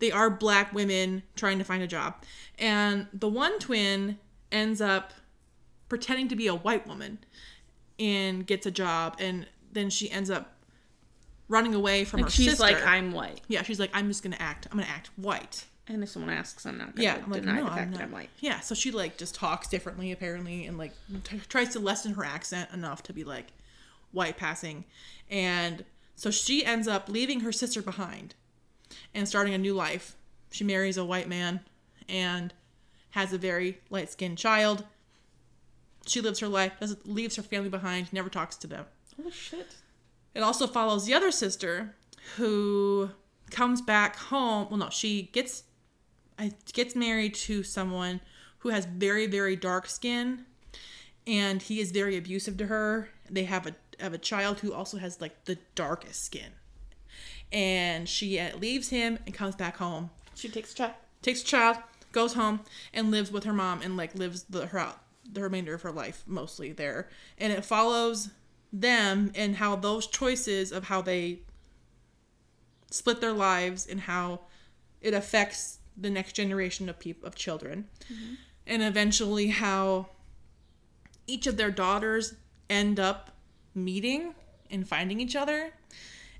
they are black women trying to find a job. And the one twin ends up pretending to be a white woman and gets a job and then she ends up running away from her
She's
sister.
like, I'm white.
yeah, she's like, I'm just gonna act. I'm gonna act white.
And if someone asks, I'm not gonna
Yeah,
deny the fact
not.
that I'm white.
Yeah, so she like just talks differently apparently, and like t- tries to lessen her accent enough to be like white passing, and so she ends up leaving her sister behind, and starting a new life. She marries a white man, and has a very light skinned child. She lives her life, doesn't leaves her family behind, never talks to them.
Holy shit.
It also follows the other sister who comes back home. Well, no, she gets I, gets married to someone who has very very dark skin, and he is very abusive to her. They have a have a child who also has like the darkest skin, and she uh, leaves him and comes back home
She takes a check.
takes a child, goes home, and lives with her mom, and like lives the her out the remainder of her life mostly there. And it follows them and how those choices of how they split their lives and how it affects the next generation of people of children, and eventually how each of their daughters end up meeting and finding each other.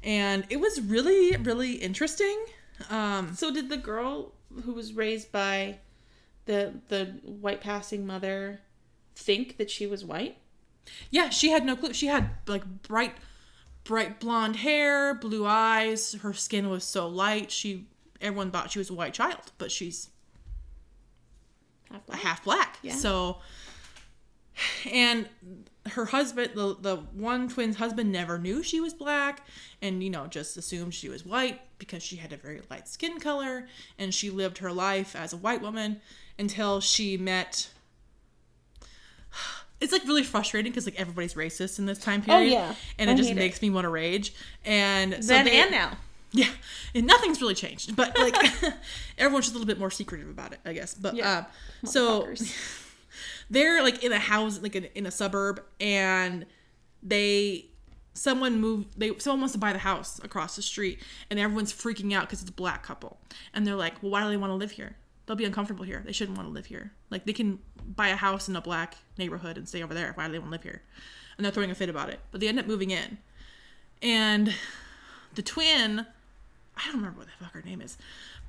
And it was really, really interesting. Um,
So did the girl who was raised by the the white passing mother think that she was white?
Yeah, she had no clue. She had like bright, bright blonde hair, blue eyes. Her skin was so light. She everyone thought she was a white child, but she's
Half
a
black.
half black.
Yeah.
So, and her husband, the the one twin's husband, never knew she was black, and you know just assumed she was white because she had a very light skin color, and she lived her life as a white woman until she met. It's like really frustrating because like everybody's racist in this time period,
Oh, yeah.
and
I
it just
hate it.
makes me want to rage. And so
then
they-
and now.
yeah, and nothing's really changed, but like everyone's just a little bit more secretive about it, I guess. But
Yeah.
uh, so
Motherfuckers.
they're like in a house, like in, in a suburb, and they someone moved. They someone wants to buy the house across the street, and everyone's freaking out because it's a black couple, and they're like, "Well, why do they want to live here? They'll be uncomfortable here. They shouldn't want to live here. Like they can buy a house in a black neighborhood and stay over there. Why do they want to live here?" And they're throwing a fit about it, but they end up moving in, and the twin I don't remember what the fuck her name is,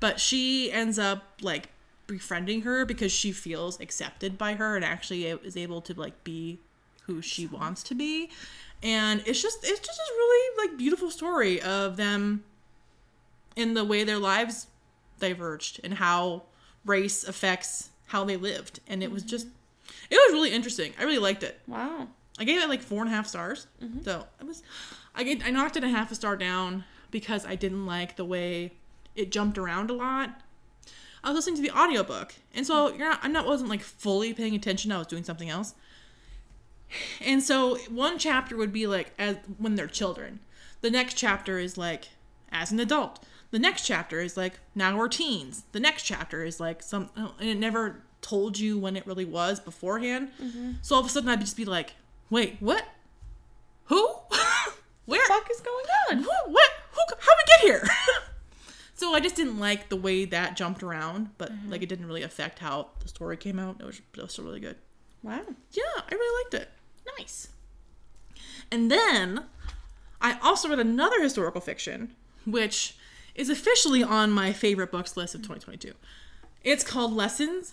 but she ends up like befriending her because she feels accepted by her and actually a- is able to like be who she wants to be. And it's just it's just a really like beautiful story of them in the way their lives diverged and how race affects how they lived. And it was just it was really interesting. I really liked it.
Wow.
I gave it like four and a half stars. So it was, I gave, I knocked it a half a star down because I didn't like the way it jumped around a lot. I was listening to the audiobook, and so you're not, I'm not wasn't like fully paying attention. I was doing something else, and so one chapter would be like as when they're children. The next chapter is like as an adult. The next chapter is like now we're teens. The next chapter is like some, uh, and it never told you when it really was beforehand.
Mm-hmm.
So all of a sudden I'd just be like, wait, what? Who? Where?
Fuck is going on?
Who, what? Who? How we get here? so I just didn't like the way that jumped around, but
Mm-hmm.
like it didn't really affect how the story came out. It was, it was still really good.
Wow.
Yeah, I really liked it.
Nice.
And then I also read another historical fiction, which is officially on my favorite books list of 2022. It's called Lessons.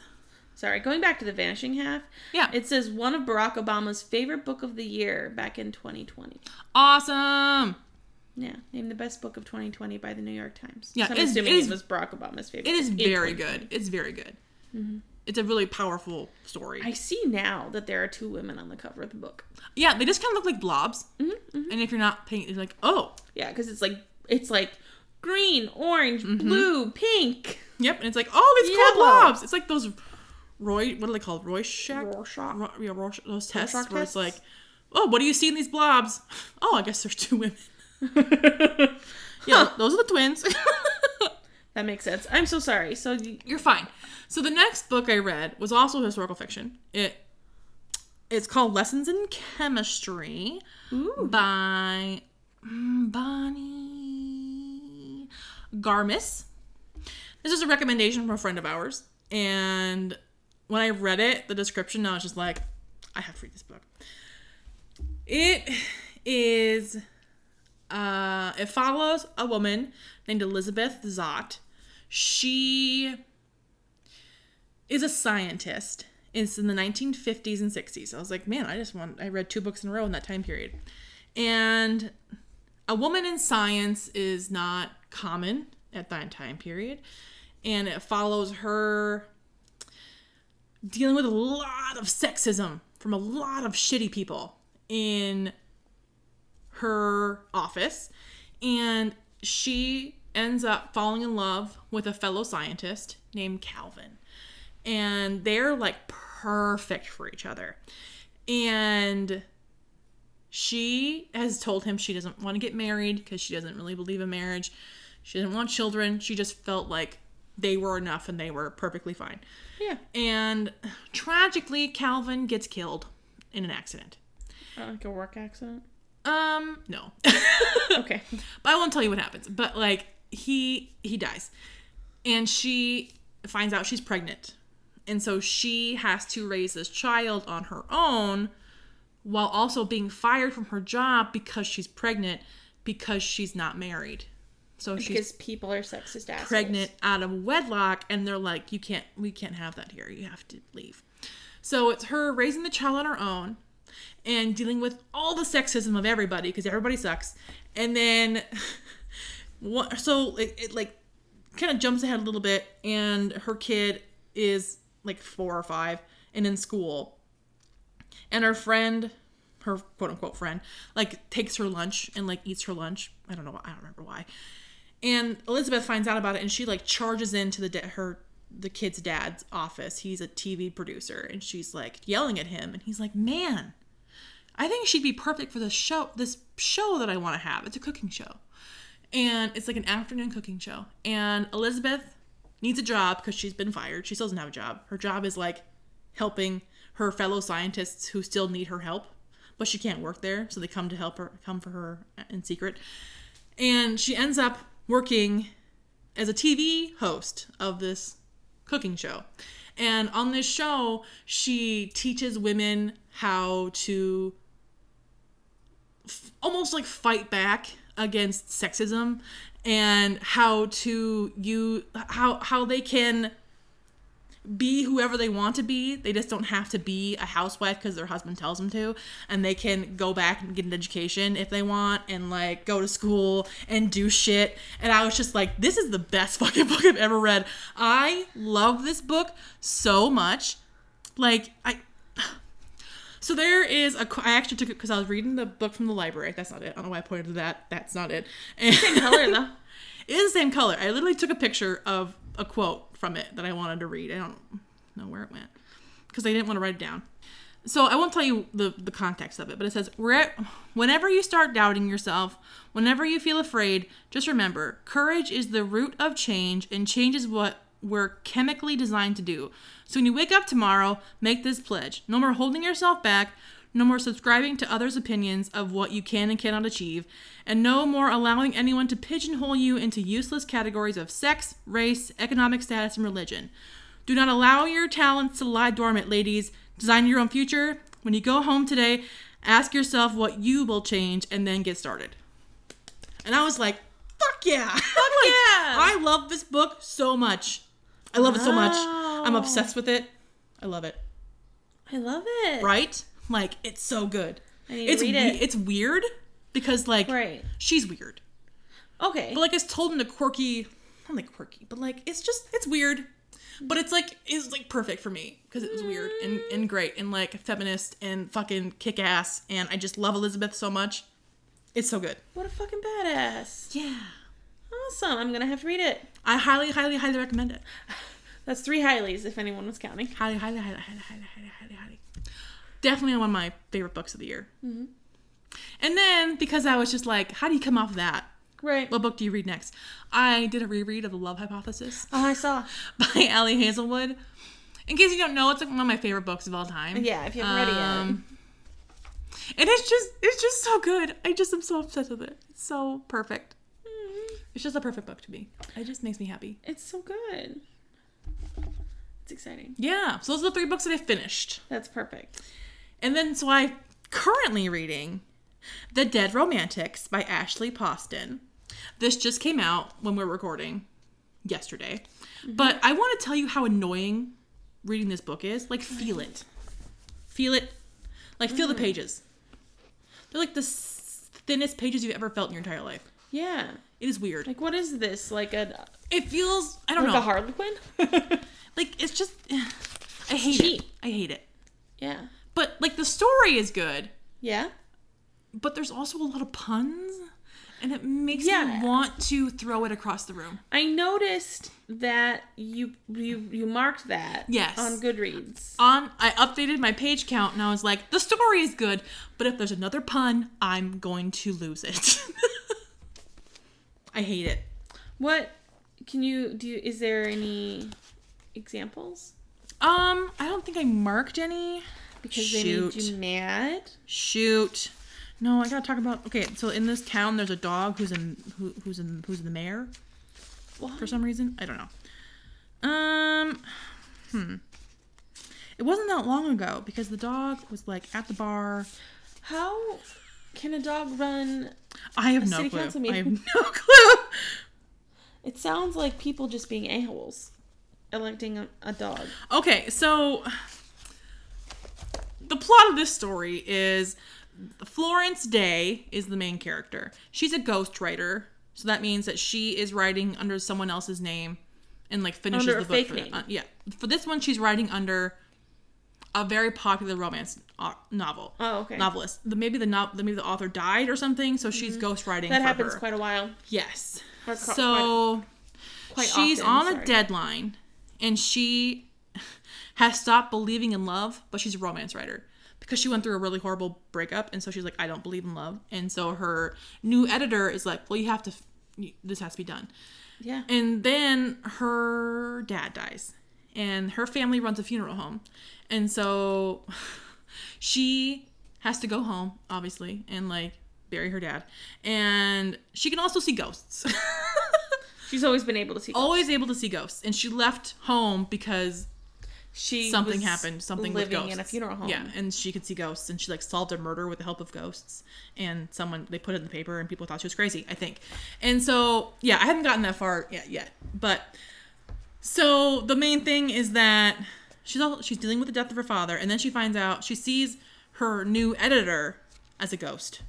Sorry, going back to the vanishing half.
Yeah.
It says one of Barack Obama's favorite book of the year back in 2020.
Awesome.
Yeah, named the best book of 2020 by the New York Times.
Yeah,
so I'm
it is-
assuming
it
it,
is-
was Barack Obama's favorite.
It is Mm-hmm.
book in
very
2020.
good. It's very good. It's a really powerful story.
I see now that there are two women on the cover of the book.
yeah, they just kind of look like blobs. And if you're not paying, you're like, oh,
Yeah, because it's like it's like green, orange,
Mm-hmm.
blue, pink.
yep. And it's like, oh, it's called
Yellow.
blobs. It's like those Roy, what are they called? Rorschach?
Rorschach.
Ro- yeah, Rorschach those tests
Rorschach
where it's like,
tests?
oh, what do you see in these blobs? Oh, I guess there's two women. Yeah, those are the twins.
That makes sense. I'm so sorry. So y-
You're fine. So the next book I read was also historical fiction. It it's called Lessons in Chemistry
Ooh.
by mm, Bonnie Garmis. This is a recommendation from a friend of ours, and when I read it, the description, I was just like, I have to read this book. It is uh, it follows a woman named Elizabeth Zott. She is a scientist. It's in the 1950s and 60s. I was like, man, I just want, I read two books in a row in that time period. And a woman in science is not common at that time period. And it follows her dealing with a lot of sexism from a lot of shitty people in her office and she ends up falling in love with a fellow scientist named Calvin. And they're like perfect for each other. And she has told him she doesn't want to get married because she doesn't really believe in marriage. She doesn't want children. She just felt like they were enough and they were perfectly fine.
Yeah.
And tragically, Calvin gets killed in an accident.
Uh, like a work accident.
Um, no.
Okay.
But I won't tell you what happens. But like he he dies, and she finds out she's pregnant, and so she has to raise this child on her own, while also being fired from her job because she's pregnant, because she's not married. So she's
Because people are sexist assholes.
pregnant out of wedlock, and they're like, "You can't, we can't have that here. You have to leave." So it's her raising the child on her own, and dealing with all the sexism of everybody because everybody sucks. And then, what? So it, it like kind of jumps ahead a little bit, and her kid is like four or five and in school, and her friend, her quote unquote friend, like takes her lunch and like eats her lunch. I don't know. I don't remember why. And Elizabeth finds out about it, and she like charges into the da- her the kid's dad's office. He's a TV producer, and she's like yelling at him, and he's like, "Man, I think she'd be perfect for this show. This show that I want to have. It's a cooking show, and it's like an afternoon cooking show. And Elizabeth needs a job because she's been fired. She still doesn't have a job. Her job is like helping her fellow scientists who still need her help, but she can't work there, so they come to help her, come for her in secret. And she ends up working as a TV host of this cooking show. And on this show, she teaches women how to f- almost like fight back against sexism and how to you how how they can be whoever they want to be. They just don't have to be a housewife because their husband tells them to. And they can go back and get an education if they want and like go to school and do shit. And I was just like, this is the best fucking book I've ever read. I love this book so much. Like, I. So there is a. qu- I actually took it because I was reading the book from the library. That's not it. I don't know why I pointed to that. That's not it. And
Color though.
it is the same color. I literally took a picture of a quote from it that I wanted to read. I don't know where it went because I didn't want to write it down. So I won't tell you the, the context of it, but it says, "We're at- whenever you start doubting yourself, whenever you feel afraid, just remember, courage is the root of change, and change is what we're chemically designed to do. So when you wake up tomorrow, make this pledge. No more holding yourself back, no more subscribing to others' opinions of what you can and cannot achieve, and no more allowing anyone to pigeonhole you into useless categories of sex, race, economic status, and religion. Do not allow your talents to lie dormant, ladies. Design your own future. When you go home today, ask yourself what you will change and then get started. And I was like, fuck yeah. Fuck
yeah.
I love this book so much. I love it so much. I'm
Wow.
obsessed with it. I love it.
I love it.
Right? Like, it's so good.
I need to
it's
read
we-
it.
it's weird because like
Right.
she's weird.
Okay.
But like it's told in a quirky not like quirky, but like it's just it's weird. But it's like it's like perfect for me because it was weird and, and great and like feminist and fucking kick ass and I just love Elizabeth so much. It's so good.
what a fucking badass.
Yeah.
Awesome. I'm gonna have to read it.
I highly, highly, highly recommend it.
That's three highlies if anyone was counting.
Highly, highly, highly, highly, highly, highly, highly, highly. Definitely one of my favorite books of the year. And then because I was just like, how do you come off of that?
Right.
What book do you read next? I did a reread of The Love Hypothesis
oh, I saw.
by Allie Hazelwood. In case you don't know, it's like one of my favorite books of all time.
Yeah, if you haven't read it yet.
yet. And it's just it's just so good. I just am so obsessed with it. It's so perfect. It's just a perfect book to me. It just makes me happy.
Mm-hmm. It's so good. It's exciting.
Yeah. So those are the three books that I finished.
That's perfect.
And then, so I'm currently reading The Dead Romantics by Ashley Poston. This just came out when we're recording yesterday.
Mm-hmm.
But I want to tell you how annoying reading this book is. Like, feel
Mm-hmm.
it. Feel it. Like, feel the pages. They're like the s- thinnest pages you've ever felt in your entire life.
Yeah.
It is weird.
Like, what is this? Like a
it feels, I don't
like
know.
a harlequin?
like, it's just, I hate
cheap.
it. I hate it.
yeah.
But, like, the story is good.
Yeah.
but there's also a lot of puns and it makes
Yeah.
me want to throw it across the room.
I noticed that you you you marked that
Yes.
on Goodreads.
On I updated my page count and I was like, the story is good, but if there's another pun, I'm going to lose it. I hate it.
What can you do? Is there any examples?
Um, I don't think I marked any.
Because they made
Shoot.
you mad.
Shoot. No, I gotta talk about. Okay, so in this town, there's a dog who's in who, who's in who's the mayor
Why?
for some reason. I don't know. Um, hmm. It wasn't that long ago because the dog was like at the bar.
How can a dog run?
I have no
city
clue.
council
I have
meeting.
no clue.
It sounds like people just being a holes, electing a, a dog.
Okay, so the plot of this story is Florence Day is the main character. She's a ghostwriter, so that means that she is writing under someone else's name and like finishes
Under a
the book.
fake
for that-
name.
uh, yeah, for this one, she's writing under a very popular romance uh, novel.
Oh, okay.
Novelist. The, maybe the no- maybe the author died or something, so she's ghostwriting.
Mm-hmm. That
for
happens
her.
quite a while.
Yes.
Or co-
so
Quite
she's
often,
on
sorry.
a deadline and she has stopped believing in love, but she's a romance writer because she went through a really horrible breakup and so she's like I don't believe in love. And so her new editor is like, "Well, you have to f- you- this has to be done."
Yeah.
And then her dad dies and her family runs a funeral home. And so she has to go home, obviously, and like bury her dad. And she can also see ghosts.
She's always been able to see.
Always able to see ghosts. And she left home because
she
something
was
happened. Something
living
with ghosts.
in a funeral home.
Yeah, and she could see ghosts, and she like solved a murder with the help of ghosts. And someone they put it in the paper, and people thought she was crazy. I think. And so yeah, I haven't gotten that far yet. Yet, but so the main thing is that she's all she's dealing with the death of her father, and then she finds out she sees her new editor as a ghost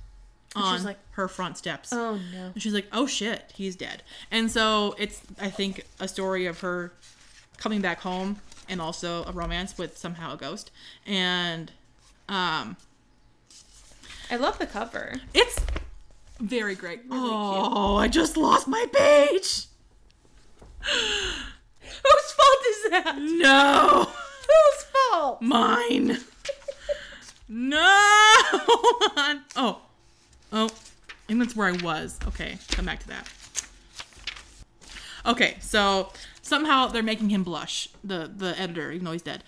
on
she's like,
her front steps.
Oh no.
And she's like, oh shit, he's dead. And so it's, I think, a story of her coming back home and also a romance with somehow a ghost. And um,
I love the cover.
it's very great.
cute.
oh, I just lost my page.
Whose fault is that?
No.
Whose fault?
Mine. No. oh. Oh. And that's where I was. Okay. Come back to that. Okay. So somehow they're making him blush, the, the editor, even though he's dead.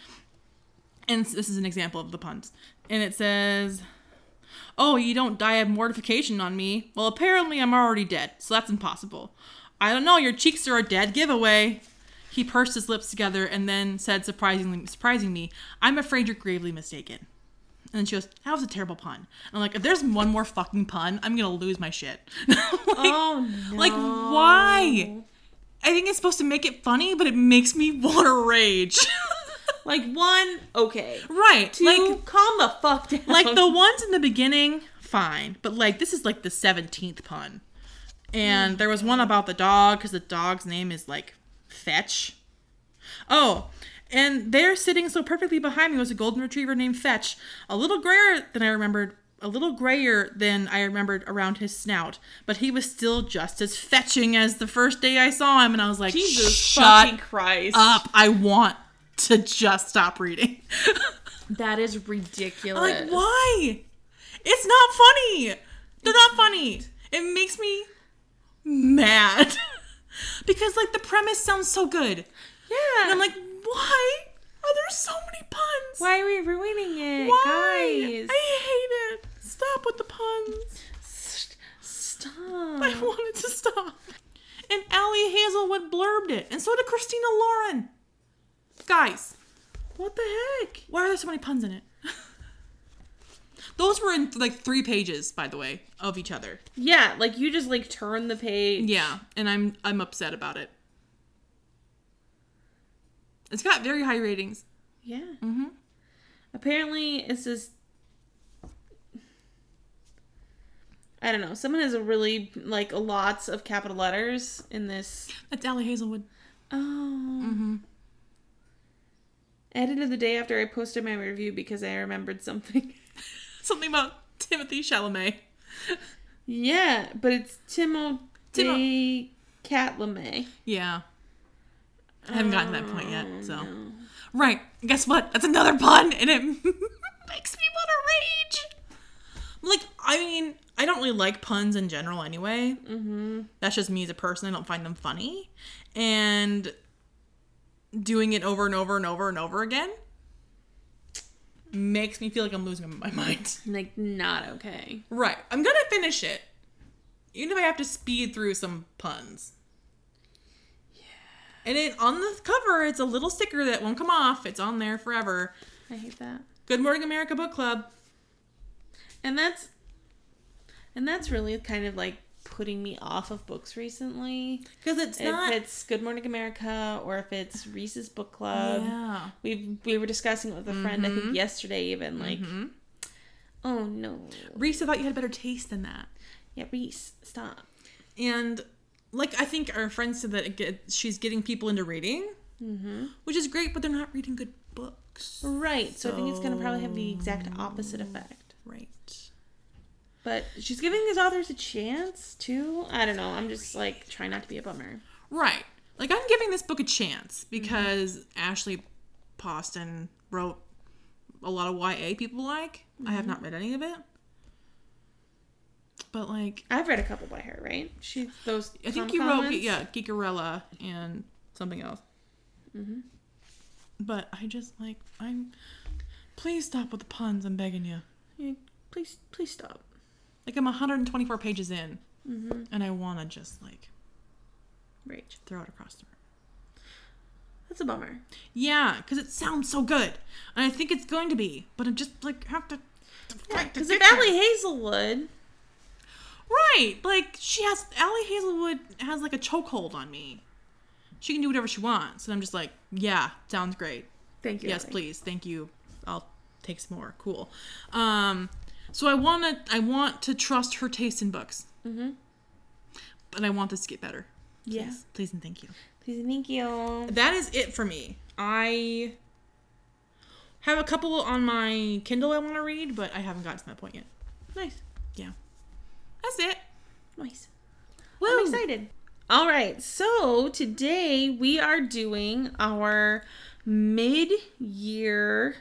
And s- this is an example of the puns. And it says, Oh, you don't die of mortification on me. Well, apparently I'm already dead, so that's impossible. I don't know, your cheeks are a dead giveaway. He pursed his lips together and then said, surprisingly, surprising me, I'm afraid you're gravely mistaken. And then she goes, That was a terrible pun. And I'm like, If there's one more fucking pun, I'm gonna lose my shit. like,
Oh no.
like, why? I think it's supposed to make it funny, but it makes me wanna rage.
Like one, okay.
right.
Two,
like,
like calm the fuck down.
like the ones in the beginning, fine, but like this is like the seventeenth pun, and there was one about the dog because the dog's name is like Fetch. Oh, and there sitting so perfectly behind me was a golden retriever named Fetch, a little grayer than I remembered, a little grayer than I remembered around his snout, but he was still just as fetching as the first day I saw him, and I was like,
Jesus
shut
fucking Christ.
up! I want to just stop reading.
That is ridiculous.
Like, why? It's not funny. They're not funny. It makes me mad. because, like, the premise sounds so good.
Yeah.
And I'm like, why are there so many puns?
why are we ruining it,
Why?
guys?
I hate it. Stop with the puns.
St-
I
Stop.
wanted to stop. And Allie Hazelwood blurbed it. And so did Christina Lauren. Guys,
What the heck?
why are there so many puns in it? Those were in like three pages, by the way, of each other.
Yeah, like you just like turn the page.
Yeah, and I'm I'm upset about it. It's got very high ratings.
Yeah. Mm-hmm. Apparently, it's just. I don't know. Someone has a really like lots of capital letters in this.
That's Allie Hazelwood.
Oh.
Mm-hmm.
Edited the day after I posted my review because I remembered something.
Something about Timothy Chalamet.
Yeah, but it's Timo
Timo-
Day Catlame. Oh,
Yeah. I haven't gotten to that point yet, so. Right. Guess what? That's another pun, and it makes me want to rage. Like, I mean, I don't really like puns in general anyway. Mm-hmm. That's just me as a person. I don't find them funny. And doing it over and over and over and over again makes me feel like I'm losing my mind.
Like not okay.
Right. I'm going to finish it. Even if I have to speed through some puns. Yeah. And it on the cover, it's a little sticker that won't come off. It's on there forever.
I hate that.
Good Morning America Book Club.
And that's and that's really kind of like putting me off of books recently.
Because it's not.
if it's Good Morning America or if it's Reese's Book Club.
yeah. Mm-hmm.
We we were discussing it with a friend I think yesterday even like
Mhm.
oh no.
Reese, I thought you had better taste than that.
Yeah, Reese, stop.
And like I think our friend said that it get, she's getting people into reading,
Mhm.
which is great, but they're not reading good books.
Right. So, I think it's going to probably have the
So-
exact opposite effect.
Right.
But she's giving these authors a chance too. I don't know. I'm just like trying not to be a bummer.
Right. Like I'm giving this book a chance because Ashley Poston wrote a lot of YA people like. I have not read any of it. But like
I've read a couple by her, right? She those
I think
comic
you wrote
ones.
yeah, Geekerella and something else. But I just like I'm please stop with the puns, I'm begging you.
Yeah, Please please stop.
Like I'm 124 pages in and I want to just like
Rage.
throw it across the room.
That's a bummer.
Yeah, because it sounds so good, and I think it's going to be. But I'm just like have to.
Because if Allie Hazelwood
right? Like she has Allie Hazelwood has like a chokehold on me. She can do whatever she wants, and I'm just like, yeah, sounds great.
Thank you.
Yes,
Allie.
please, thank you. I'll take some more. Cool. Um, so I wanna, I want to trust her taste in books,
Mhm.
but I want this to get better.
Yeah.
Yes, please and thank you.
Please and thank you.
that is it for me. I have a couple on my Kindle I want to read, but I haven't gotten to that point yet.
Nice.
Yeah. That's it.
Nice.
Woo.
I'm excited. All right, so today we are doing our mid-year.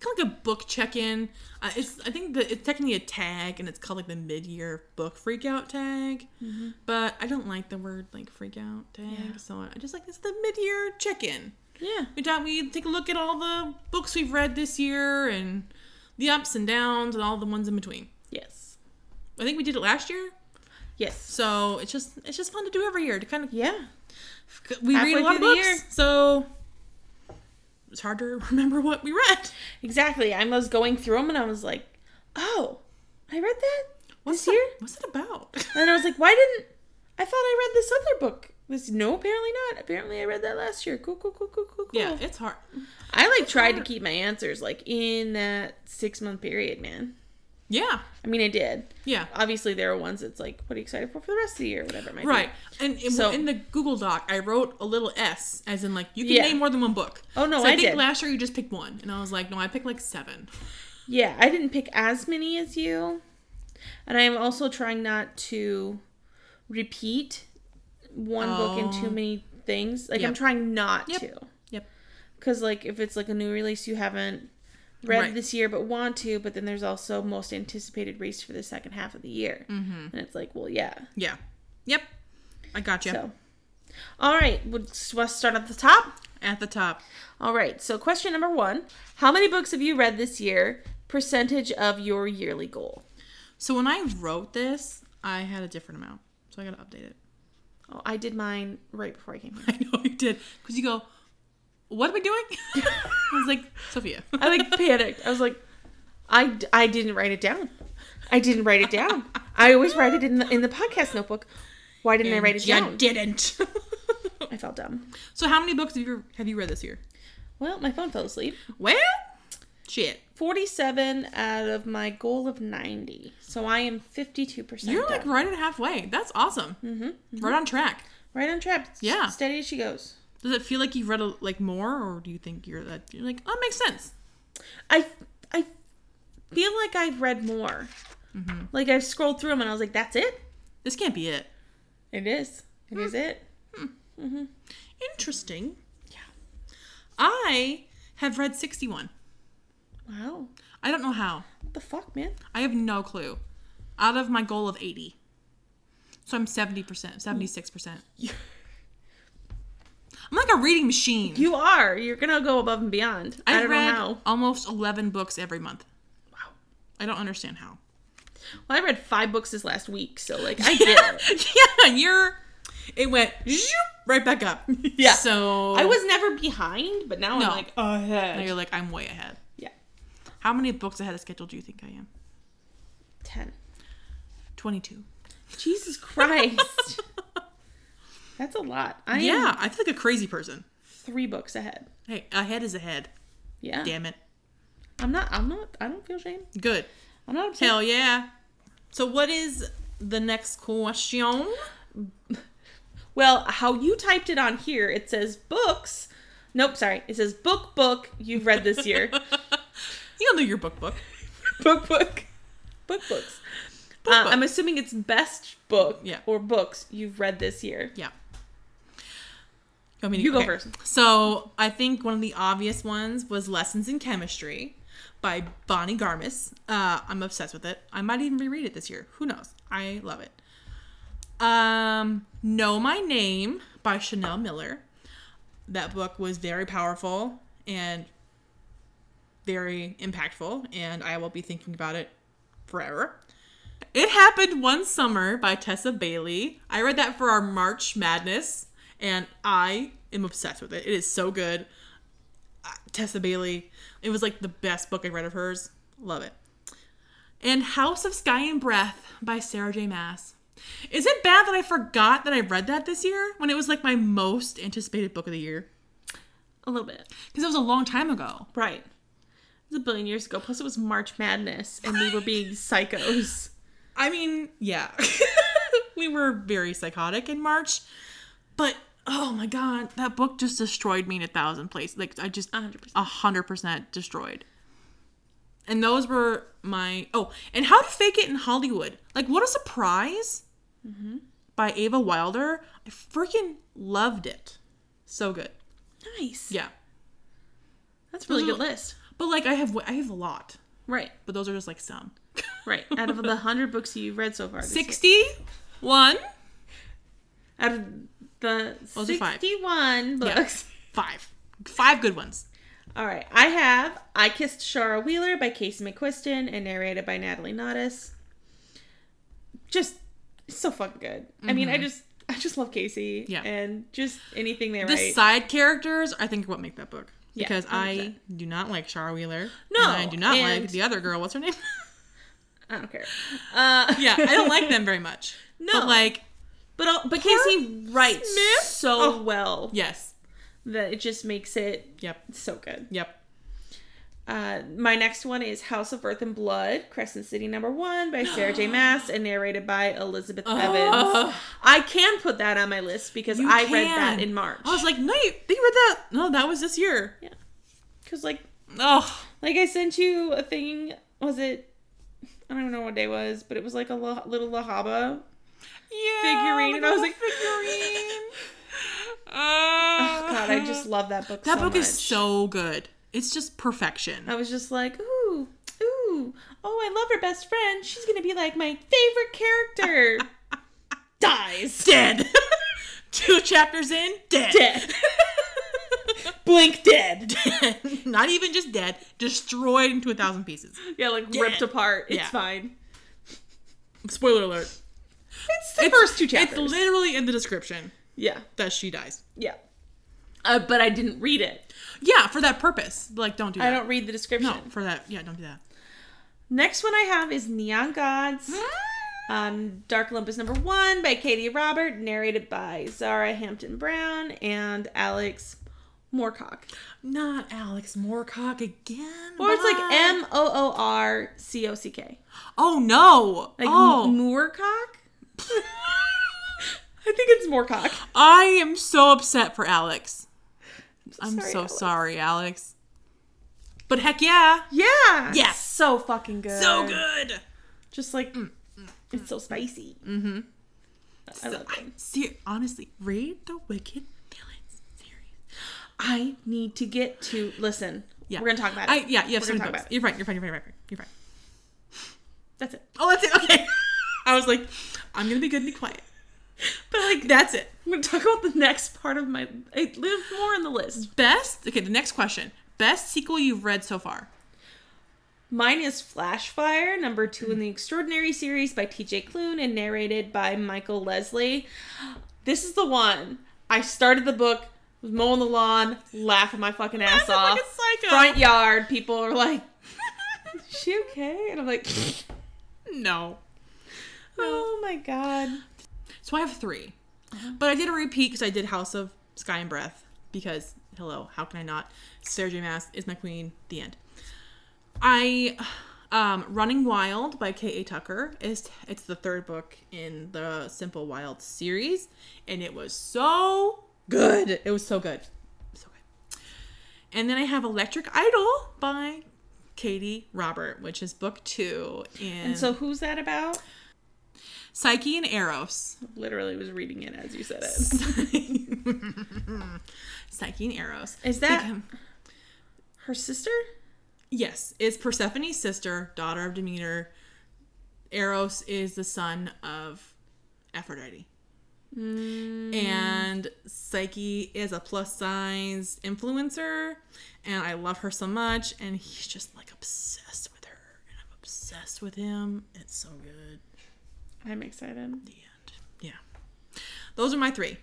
Kind of like a book check-in. Uh, it's I think that it's technically a tag, and it's called like the mid-year book freakout tag. But I don't like the word like freakout tag,
Mm-hmm. Yeah.
so I just like this is the mid-year check-in.
Yeah.
We thought we'd take a look at all the books we've read this year and the ups and downs and all the ones in between.
Yes.
I think we did it last year.
Yes.
So it's just it's just fun to do every year to kind of
Yeah.
we
Halfway
read a lot of
through the
books,
year.
so it's hard to remember what we read.
Exactly. I was going through them and I was like, "Oh, I read that
What's
this year."
It, what's it about?
And I was like, "Why didn't I thought I read this other book?" This no, apparently not. Apparently, I read that last year. Cool, cool, cool, cool, cool, cool.
yeah, it's hard.
I like tried to
hard.
keep my answers like in that six month period, man.
Yeah,
I mean, I did.
yeah,
Obviously, there are ones that's like, "What are you excited for for the rest of the year?" Whatever it might
right.
be.
And it,
So-
in the Google Doc, I wrote a little S, as in like you can
Yeah.
name more than one book.
Oh, no,
So
I
think
did.
last year you just picked one, and I was like, no, I picked like seven.
Yeah, I didn't pick as many as you, and I'm also trying not to repeat one book in
Oh.
too many things. Like I'm
Yep.
trying not
Yep.
to.
Yep.
Because like if it's like a new release you haven't read
Right.
this year but want to, but then there's also most anticipated race for the second half of the year, mm-hmm. and it's like, well, yeah.
Yeah, yep, I got you
So, all right, we'll, so let's start at the top.
at the top.
All right. So question number one: How many books have you read this year? Percentage of your yearly goal.
So when I wrote this, I had a different amount, so I got to update it.
Oh, I did mine right before I came here.
I know you did. Because you go, what am I doing? I was like, Sophia.
I like panicked. I was like, I, d- I didn't write it down. I didn't write it down. I always write it in the in the podcast notebook. Why didn't I write it
You
down?
didn't.
I felt dumb.
so how many books have you have you read this year?
Well, my phone fell asleep.
Well, shit.
Forty-seven out of my goal of ninety, so I am fifty-two percent.
You're like right at halfway. That's awesome. Mm-hmm. Right on track.
right on track. S-
Yeah.
steady as she goes.
Does it feel like you've read a, like more, or do you think you're that you're like, oh, it makes sense?
I I feel like I've read more,
Mm-hmm.
Like I scrolled through them and I was like, that's it.
This can't be it.
It is. It is it.
Interesting. Yeah. I have read 61.
Wow.
I don't know how.
What the fuck, man?
I have no clue. Out of my goal of 80. So I'm 70%, 76%. I'm like a reading machine.
You are. You're gonna go above and beyond. I,
I've
don't
read
know how.
almost 11 books every month.
Wow.
I don't understand how.
Well, I read five books this last week, so like I get it.
yeah, you're. It went zoop, right back up.
Yeah.
So
I was never behind, but now
No.
I'm like ahead.
Now you're like, I'm way ahead.
yeah,
How many books ahead of schedule do you think I am?
ten.
22.
Jesus Christ, that's a lot. I am
Yeah, I feel like a crazy person.
three books ahead.
Hey, ahead is ahead.
Yeah,
Damn it.
I'm not. I'm not. I don't feel shame.
Good.
I'm not upset.
Hell yeah. So what is the next question?
Well, how you typed it on here, it says books. Nope, sorry. It says book book you've read this year.
You'll know your book book.
book book book books. Uh,
book.
I'm assuming it's best book
Yeah.
or books you've read this year.
Yeah. You, want me to-
You go first.
So I think one of the obvious ones was Lessons in Chemistry by Bonnie Garmis. Uh, I'm obsessed with it. I might even reread it this year. Who knows? I love it. Um, Know My Name by Chanel Miller. That book was very powerful and very impactful, and I will be thinking about it forever. It Happened One Summer by Tessa Bailey. I read that for our March Madness, and I am obsessed with it. It is so good. Uh, Tessa Bailey. It was like the best book I read of hers. Love it. And House of Sky and Breath by Sarah J. Mass. Is it bad that I forgot that I read that this year when it was like my most anticipated book of the year?
A little bit.
Because it was a long time ago.
Right. It was a billion years ago. Plus, it was March Madness, and we were being psychos.
I mean, yeah. we were very psychotic in March. But oh my god, that book just destroyed me in a thousand places. Like I just
100%.
a hundred percent destroyed. And those were my oh, and how to fake it in Hollywood. Like what a surprise Mm-hmm. by Ava Wilder. I freaking loved it. So good.
Nice.
Yeah.
That's a really
Those
good
are-
list.
But like I have I have a lot.
Right.
But those are just like some.
Right. Out of the hundred books you've read so far, this year.
Sixty one.
out of the
Those are five.
sixty-one
Yeah.
books.
Five. Five good ones.
All right, I have I Kissed Shara Wheeler by Casey McQuiston and narrated by Natalie Nottis. Just so fucking good. I mean, I just I just love Casey.
Yeah.
And just anything they
The
write.
side characters, I think, are what make that book.
Yeah,
Because I
100%.
do not like Shara Wheeler.
No,
and I do not
and-
like the other girl. What's her name?
I don't care. Uh,
yeah, I don't like them very much.
No.
But, like,
But uh, but Casey writes
Smith?
so
Oh.
well
yes.
that it just makes it
Yep.
so good.
Yep.
Uh, my next one is House of Earth and Blood, Crescent City Number One by Sarah J. Mass and narrated by Elizabeth Evans.
Oh.
I can put that on my list because
You
I read
can.
that in March.
I was like, no, you, you read that. No, that was this year.
because like
Oh,
like I sent you a thing. Was it? I don't even know what day it was, but it was like a la, little La Haba.
yeah.
Figurine, and I was like-
figurine.
Oh God, I just love that book.
That
so
book is
much.
so good. It's just perfection.
I was just like, ooh, ooh, oh, I love her best friend. She's gonna be like my favorite character. Dies.
Dead. Two chapters in, dead.
Dead. Blink dead.
not even just dead, destroyed into a thousand pieces.
Yeah, like
Dead.
ripped apart. It's
Yeah.
fine.
Spoiler alert.
It's the first two chapters.
It's literally in the description
yeah,
that she dies.
yeah. Uh, but I didn't read it.
Yeah, for that purpose. Like, don't do that.
I don't read the description.
No, for that. Yeah, don't do that.
Next one I have is Neon Gods. Um, Dark Olympus number one by Katie Robert, narrated by Zara Hampton Brown and Alex Moorcock.
Not Alex Moorcock again.
Or it's like
Why?
M O O R C O C K.
Oh no.
Like
oh.
M- Moorcock? I think it's Moorcock.
I am so upset for Alex. I'm
sorry,
so
Alex.
sorry, Alex. But heck yeah.
Yeah.
Yeah.
So fucking good. Mm,
So good.
Just like it's so spicy.
Mm-hmm.
I
So
love
I,
it.
see, honestly, read the Wicked Villains series.
I need to get to listen.
Yeah,
We're gonna talk about it.
I, yeah, you have so
We're
many
gonna talk
books.
about it.
You're right. You're fine. You're fine. You're fine. You're fine.
That's it.
Oh, that's it. Okay. I was like, I'm gonna be good and be quiet.
But like
That's it.
I'm gonna talk about the next part of my I live more on the list.
Best. Okay. The next question. Best sequel you've read so far.
Mine is Flashfire, number two in the Extraordinary series by TJ Klune and narrated by Michael Leslie. This is the one. I started the book, was mowing the lawn, laughing my fucking ass
Laughing
off.
like a psycho.
Front yard, people are like, Is she okay? And I'm like,
no.
Oh my god.
So I have 3
Uh-huh.
But I did a repeat because I did House of Sky and Breath because, hello, how can I not? Sarah J. Mass is my queen. The end. I. Um, Running Wild by K.A. Tucker is it's the third book in the Simple Wild series, and it was so good. It was so good, so good. And then I have Electric Idol by Katie Robert, which is book two in
And so who's that about?
Psyche and Eros.
Literally was reading it as you said it.
Psyche and Eros.
Is that-
Become-
Her sister?
yes, is Persephone's sister, daughter of Demeter. Eros is the son of Aphrodite.
Hmm.
And Psyche is a plus size influencer, and I love her so much. And he's just like obsessed with her, and I'm obsessed with him. It's so good.
I'm excited.
The end. Yeah. Those are my three.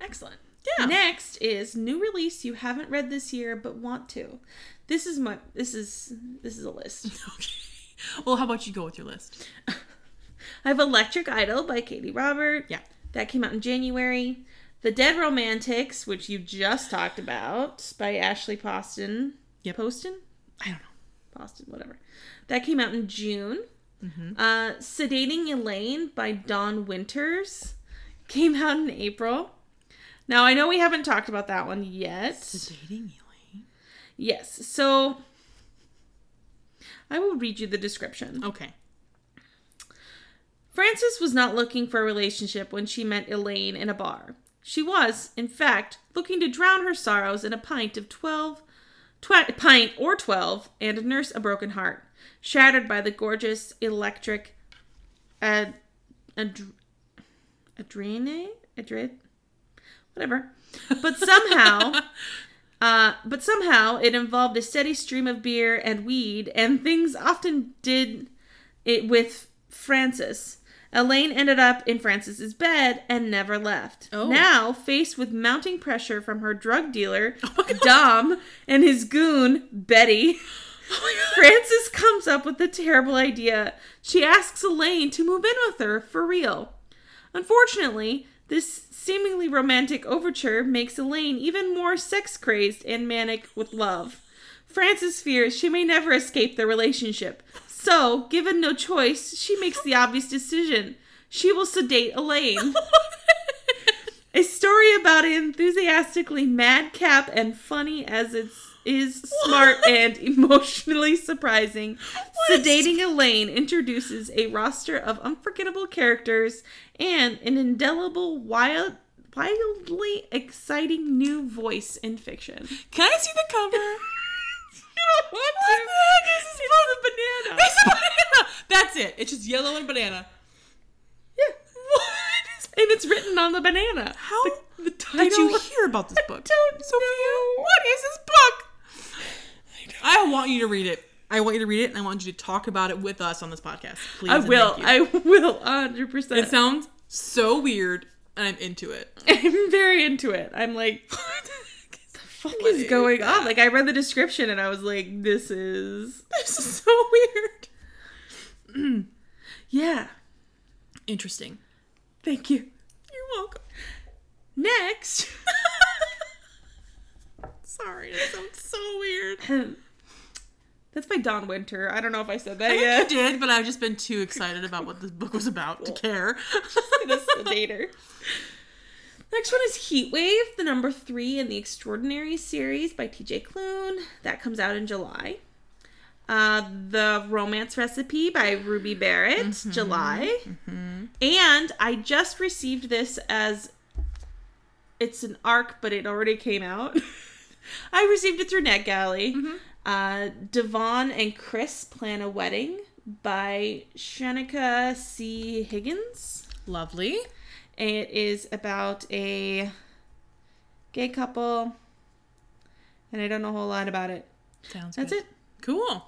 Excellent.
Yeah.
Next is new release you haven't read this year but want to. This is my this is this is a list.
Okay. Well, how about you go with your list?
I have Electric Idol by Katie Robert.
Yeah.
That came out in January. The Dead Romantics, which you just talked about, by Ashley Poston.
Yep.
Poston?
I don't know.
Boston, whatever. That came out in June.
Mm-hmm.
Uh, Sedating Elaine by Dawn Winters came out in April. Now, I know we haven't talked about that one yet.
Dating Elaine.
Yes, so I will read you the description.
Okay.
Frances was not looking for a relationship when she met Elaine in a bar. She was, in fact, looking to drown her sorrows in a pint of 12, tw- pint or 12, and nurse a broken heart, shattered by the gorgeous electric ad- ad- adrene? Adre- whatever. But somehow, uh, but somehow it involved a steady stream of beer and weed, and things often did it with Francis. Elaine ended up in Francis's bed and never left.
Oh.
Now, faced with mounting pressure from her drug dealer,
Oh my God.
Dom, and his goon, Betty,
Fran-
Frances comes up with a terrible idea. She asks Elaine to move in with her for real. Unfortunately, this seemingly romantic overture makes Elaine even more sex crazed and manic with love. Frances fears she may never escape the relationship. So, given no choice, she makes the obvious decision. She will sedate Elaine. A story about an enthusiastically madcap and funny as it is smart and emotionally surprising. Sedating Elaine introduces a roster of unforgettable characters and an indelible, wild, wildly exciting new voice in fiction.
Can I see the cover?
don't
What
want
the heck is this book?
It's a banana.
It's a banana. That's it. It's just yellow and banana.
Yeah. What? And it's written on the banana.
How
The, the title.
did you hear about this book?
don't
Sophia, what is this book? I want you to read it. I want you to read it, and I want you to talk about it with us on this podcast. Please,
I
and
will.
thank you.
I will. 100%.
it sounds so weird, and I'm into it.
I'm very into it. I'm like, what
fuck
the fuck is going on? Like, I read the description and I was like, this is.
This is so weird.
Yeah.
Interesting.
Thank you.
You're welcome.
Next.
Sorry, that sounds so weird.
That's by Don Winter. I don't know if I said that
I
yet.
think you did, but I've just been too excited about what this book was about to care.
This is the dater. Next one is Heat Wave, the number three in the Extraordinary series by TJ Klune. That comes out in July. uh, The Romance Recipe by Ruby Barrett, July. And I just received this as it's an arc, but it already came out. I received it through NetGalley. Uh, Devon and Chris Plan a Wedding by Shanika C. Higgins.
Lovely.
It is about a gay couple, and I don't know a whole lot about it.
Sounds
That's
good.
it.
Cool.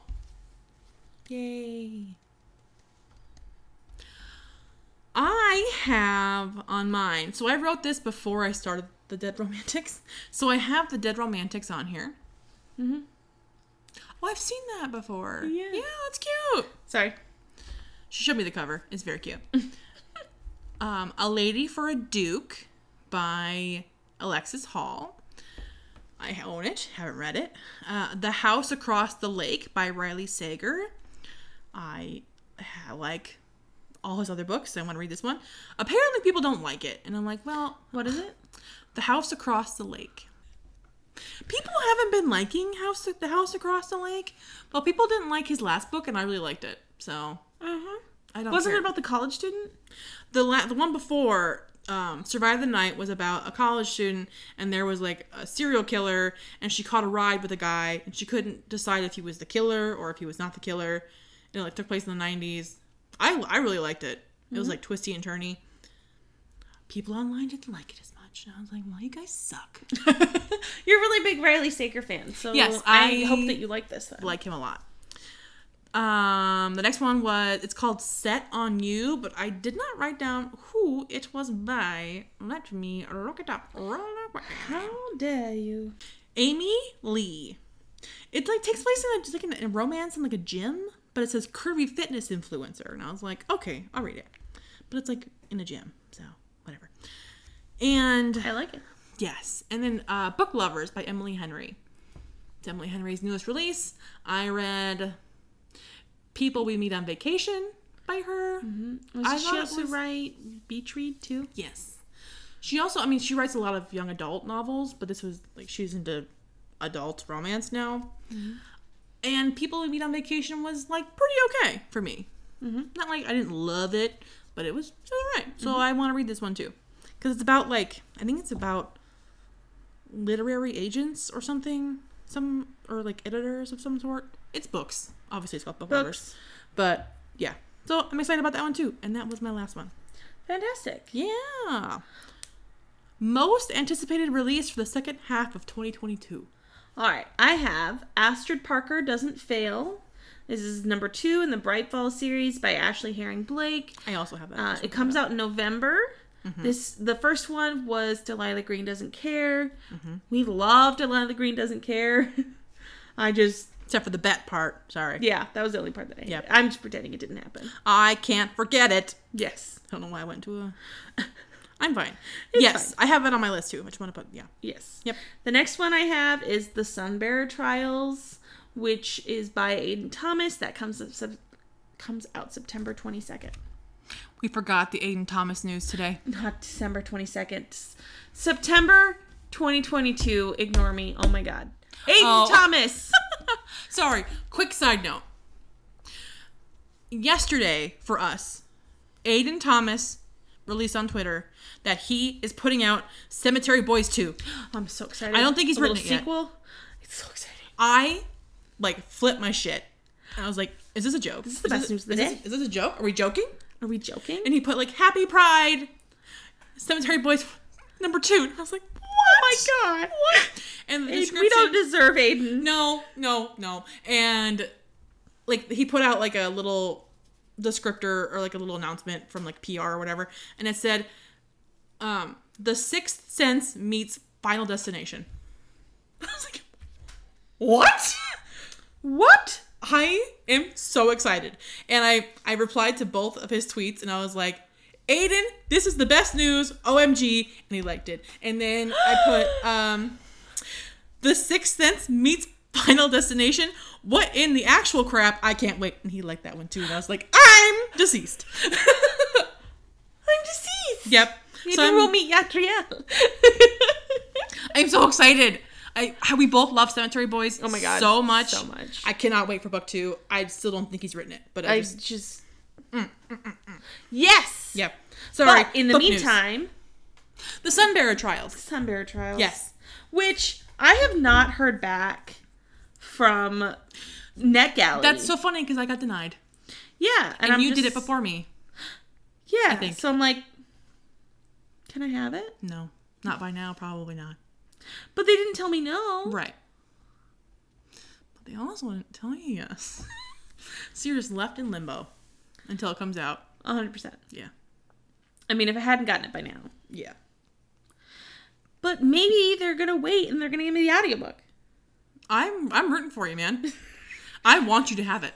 Yay.
I have on mine. So I wrote this before I started the Dead Romantics. So I have the Dead Romantics on here.
Mhm.
Oh, I've seen that before.
Yeah.
Mm-hmm. Yeah, that's cute.
Sorry.
She showed me the cover. It's very cute. um, A Lady for a Duke by Alexis Hall. I own it. Haven't read it. Uh, the House Across the Lake by Riley Sager. I ha- like all his other books. I want to read this one. Apparently, people don't like it, and I'm like, well,
What is it?
The House Across the Lake. People haven't been liking House the House Across the Lake, but people didn't like his last book, and I really liked it. So
Uh huh.
I don't.
Wasn't
care
it about the college student?
the la- the one before um, survive the night was about a college student and there was like a serial killer and she caught a ride with a guy and she couldn't decide if he was the killer or if he was not the killer and it like took place in the 90s i, I really liked it it was like twisty and turny people online didn't like it as much and i was like well you guys suck
You're a really big Riley Sager fan, so
Yes,
I,
I-
hope that you like this. Then.
like him a lot um the next one was it's called set on you but i did not write down who it was by let me look it up
How dare you?
Amy Lee. It like takes place in a, just like in a romance in like a gym, but it says curvy fitness influencer, and I was like, okay, I'll read it, but it's like in a gym, so whatever. And
I like it.
Yes. And then uh, Book Lovers by Emily Henry. It's Emily Henry's newest release. I read People We Meet on Vacation by her.
Mm-hmm. Was
I thought
she
it
also
was-
write Beach Read too?
Yes. She also, I mean, she writes a lot of young adult novels, but this was like she's into adult romance now. And People We Meet on Vacation was like pretty okay for me. Not like I didn't love it, but it was, it was all right. So I want to read this one too. Because it's about like, I think it's about literary agents or something, some, or like editors of some sort. It's books. Obviously, it's called book lovers.
Books.
But yeah. So I'm excited about that one too. And that was my last one.
Fantastic.
Yeah. Most anticipated release for the second half of 2022.
All right, I have Astrid Parker Doesn't Fail. This is number two in the Brightfall series by Ashley Herring Blake.
I also have that.
Uh, it comes out in November.
Mm-hmm.
This the first one was Delilah Green doesn't care.
Mm-hmm.
We love Delilah Green doesn't care. I just
Except for the bet part. Sorry.
yeah, that was the only part that I hated.
Yep.
I'm just pretending it didn't happen.
I can't forget it.
Yes,
I don't know why I went to a. I'm fine. yes, I have it on my list too. I just want to put. Yeah.
yes.
Yep.
The next one I have is the Sunbearer Trials, which is by Aiden Thomas. That comes up, sep- comes out September 22nd.
We forgot the Aiden Thomas news today.
not December 22nd. September 2022. Ignore me. Oh my god. Aiden
Oh.
Thomas.
Sorry. Quick side note. Yesterday for us, Aiden Thomas released on Twitter that he is putting out Cemetery Boys 2.
I'm so excited.
I don't think he's
A little
written it yet.
sequel. It's so exciting.
I like flipped my shit. And I was like, is this a joke? This is
the best news of the
is
day.
This, is this a joke? Are we joking?
Are we joking?
And he put like Happy Pride Cemetery Boys number two. And I was like, what?
Oh my god. What?
And the
Aiden,
description,
we don't deserve Aiden.
no, no, no. And like he put out like a little descriptor or like a little announcement from like PR or whatever. And it said, um, the sixth sense meets final destination. I was like, what?
What?
I am so excited. And I I replied to both of his tweets and I was like, Aiden, this is the best news. OMG. And he liked it. And then I put um The Sixth Sense meets Final Destination. What in the actual crap? I can't wait. And he liked that one too. And I was like, I'm deceased.
I'm deceased.
yep.
Maybe
So I'm,
we'll meet Yatriel.
I'm so excited. I, I we both love Cemetery Boys.
Oh my god,
so much.
so much.
I cannot wait for book two. I still don't think he's written it, but I,
I
just
just.
Mm,
Yes.
yeah. Sorry.
But in the
book news.
meantime,
the Sunbearer trials.
Sunbear Trials.
Yes.
Which I have not heard back from NetGalley.
That's so funny because I got denied,
yeah,
and
I'm
you did
just-
it before me.
Yeah.
think.
So I'm like, can I have it?
No, not by now. Probably not.
But they didn't tell me no.
Right. But they also wouldn't tell you yes. so you're just left in limbo until it comes out.
100. percent
Yeah.
I mean, if I hadn't gotten it by now,
Yeah.
but maybe they're gonna wait and they're gonna give me the audiobook.
I'm I'm rooting for you, man. I want you to have it.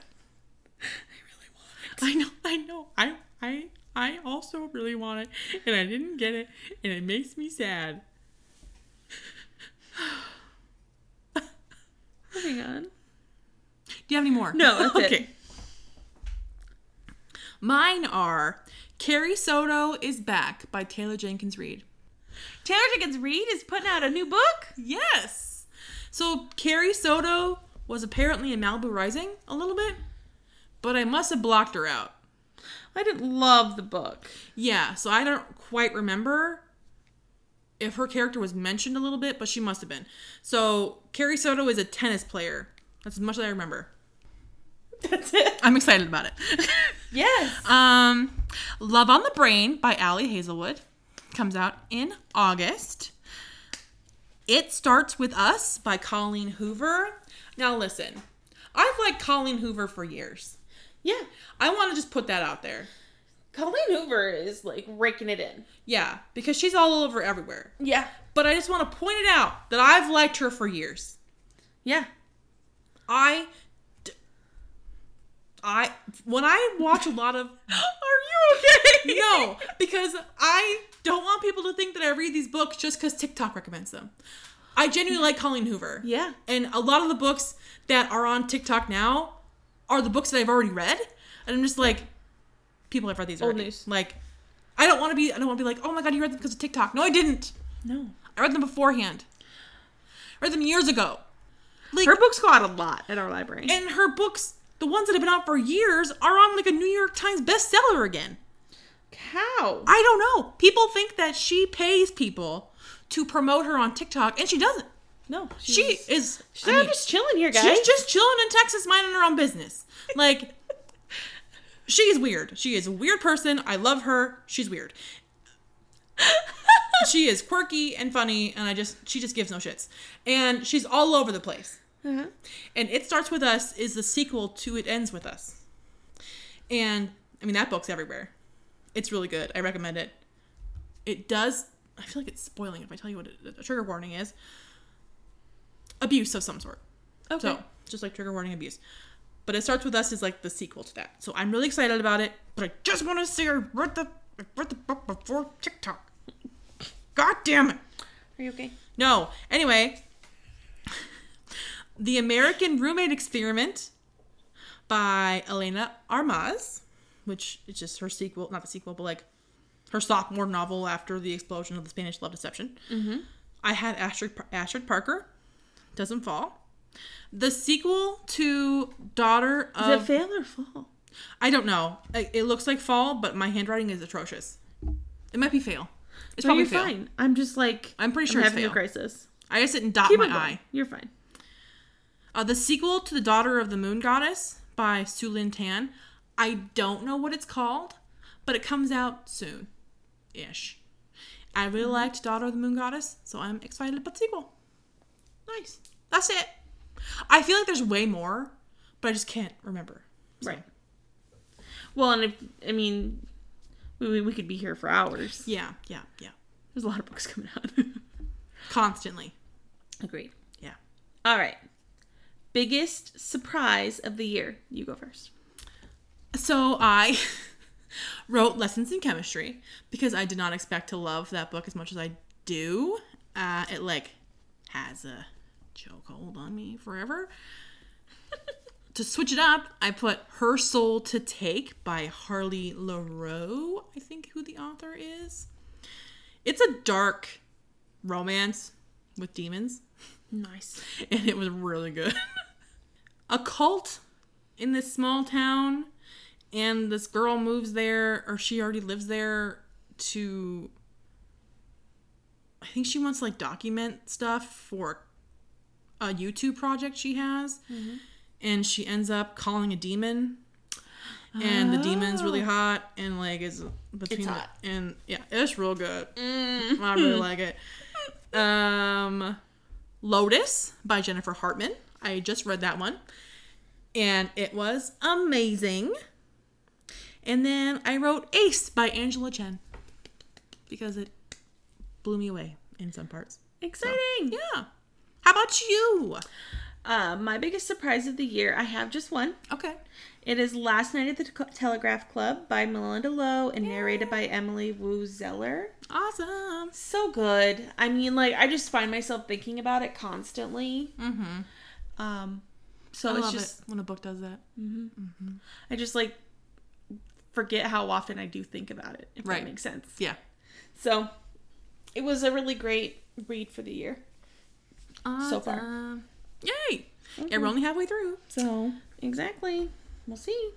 I really want it. I know, I know. I I I also really want it. And I didn't get it, and it makes me sad.
Moving on.
Do you have any more?
No, that's it.
Mine are Carrie Soto is Back by Taylor Jenkins Reid.
Taylor Jenkins Reid is putting out a new book.
Yes. So Carrie Soto was apparently in Malibu Rising a little bit, but I must have blocked her out.
I didn't love the book.
Yeah, so I don't quite remember if her character was mentioned a little bit, but she must have been. So Carrie Soto is a tennis player. That's as much as I remember.
That's it.
I'm excited about it.
Yes.
um, Love on the Brain by Allie Hazelwood comes out in August. It Starts With Us by Colleen Hoover. Now listen, I've liked Colleen Hoover for years.
yeah.
I want to just put that out there.
Colleen Hoover is like raking it in.
Yeah, because she's all over everywhere.
Yeah.
But I just want to point it out that I've liked her for years.
Yeah.
I, d- I when I watch a lot of
Are you okay?
no, because I don't want people to think that I read these books just because TikTok recommends them. I genuinely like Colleen Hoover.
Yeah.
and a lot of the books that are on TikTok now are the books that I've already read, and I'm just like, people have read these
Old
already.
news.
Like, I don't want to be. I don't want to be like, oh my god, you read them because of TikTok. No, I didn't.
No.
I read them beforehand. I read them years ago. Like
Her books go out a lot at our library.
and her books, the ones that have been out for years, are on like a New York Times bestseller again.
How?
I don't know. People think that she pays people to promote her on TikTok, and she doesn't.
no. She's,
She is.
she's
I
out
mean,
just chilling here, guys.
she's just chilling in Texas, minding her own business. Like, she's weird. She is a weird person. I love her. She's weird. she is quirky and funny, and I just she just gives no shits, and she's all over the place.
uh-huh.
And It Starts With Us is the sequel to It Ends With Us. And I mean, that book's everywhere. It's really good. I recommend it. It does, I feel like it's spoiling if I tell you what it, a trigger warning is abuse of some sort.
Okay.
So, just like trigger warning abuse. But It Starts With Us is like the sequel to that. So, I'm really excited about it, but I just want to say I read the, I read the book before TikTok. God damn it.
Are you okay?
No. Anyway, The American Roommate Experiment by Elena Armas, which is just her sequel, not the sequel, but like her sophomore novel after the explosion of the Spanish Love Deception. Mm-hmm. I had Astrid, Astrid Parker, Doesn't Fall. The sequel to Daughter
Is
of.
it fail or fall?
I don't know. It, it looks like Fall, but my handwriting is atrocious. It might be fail. It's
No,
probably
you're
fail.
fine. I'm just like
I'm pretty sure it's
having
fail.
a crisis.
I just didn't dot
Keep
my
it going.
eye.
You're fine.
Uh, the sequel to The Daughter of the Moon Goddess by Su Lin Tan. I don't know what it's called, but it comes out soon ish. I really liked Daughter of the Moon Goddess, so I'm excited about the sequel.
Nice.
That's it. I feel like there's way more, but I just can't remember.
Right. Well, and if I mean, we- we we could be here for hours.
Yeah, yeah, yeah.
There's a lot of books coming out.
Constantly.
Agreed.
Yeah.
All right. Biggest surprise of the year. You go first.
So I wrote Lessons in Chemistry because I did not expect to love that book as much as I do. Uh, it like has a chokehold on me forever. to switch it up, I put Her Soul to Take by Harley LaRoe, I think who the author is. It's a dark romance with demons.
Nice.
and it was really good. a cult in this small town, and this girl moves there, or she already lives there to. I think she wants to, like document stuff for a YouTube project she has,
Mm-hmm.
and she ends up calling a demon. And the demon's really
Oh.
hot, and like is between the-
hot. Mm.
and yeah, it's real good. I really like it. Um, Lotus by Jennifer Hartman. I just read that one and it was amazing. And then I wrote Ace by Angela Chen because it blew me away in some parts.
Exciting.
Yeah. How about you?
Uh, my biggest surprise of the year, I have just one.
Okay.
It is Last Night at the Te- Telegraph Club by Melinda Lowe and narrated by Emily Wu Zeller.
Awesome.
So good. I mean, like, I just find myself thinking about it constantly.
Mm-hmm.
Um, so
I
it's
love
just,
it when a book does that.
I just like forget how often I do think about it, if
Right.
that makes sense.
Yeah.
So it was a really great read for the year. So far.
Awesome. Yay. Yeah, we're only halfway through.
So, exactly. We'll see.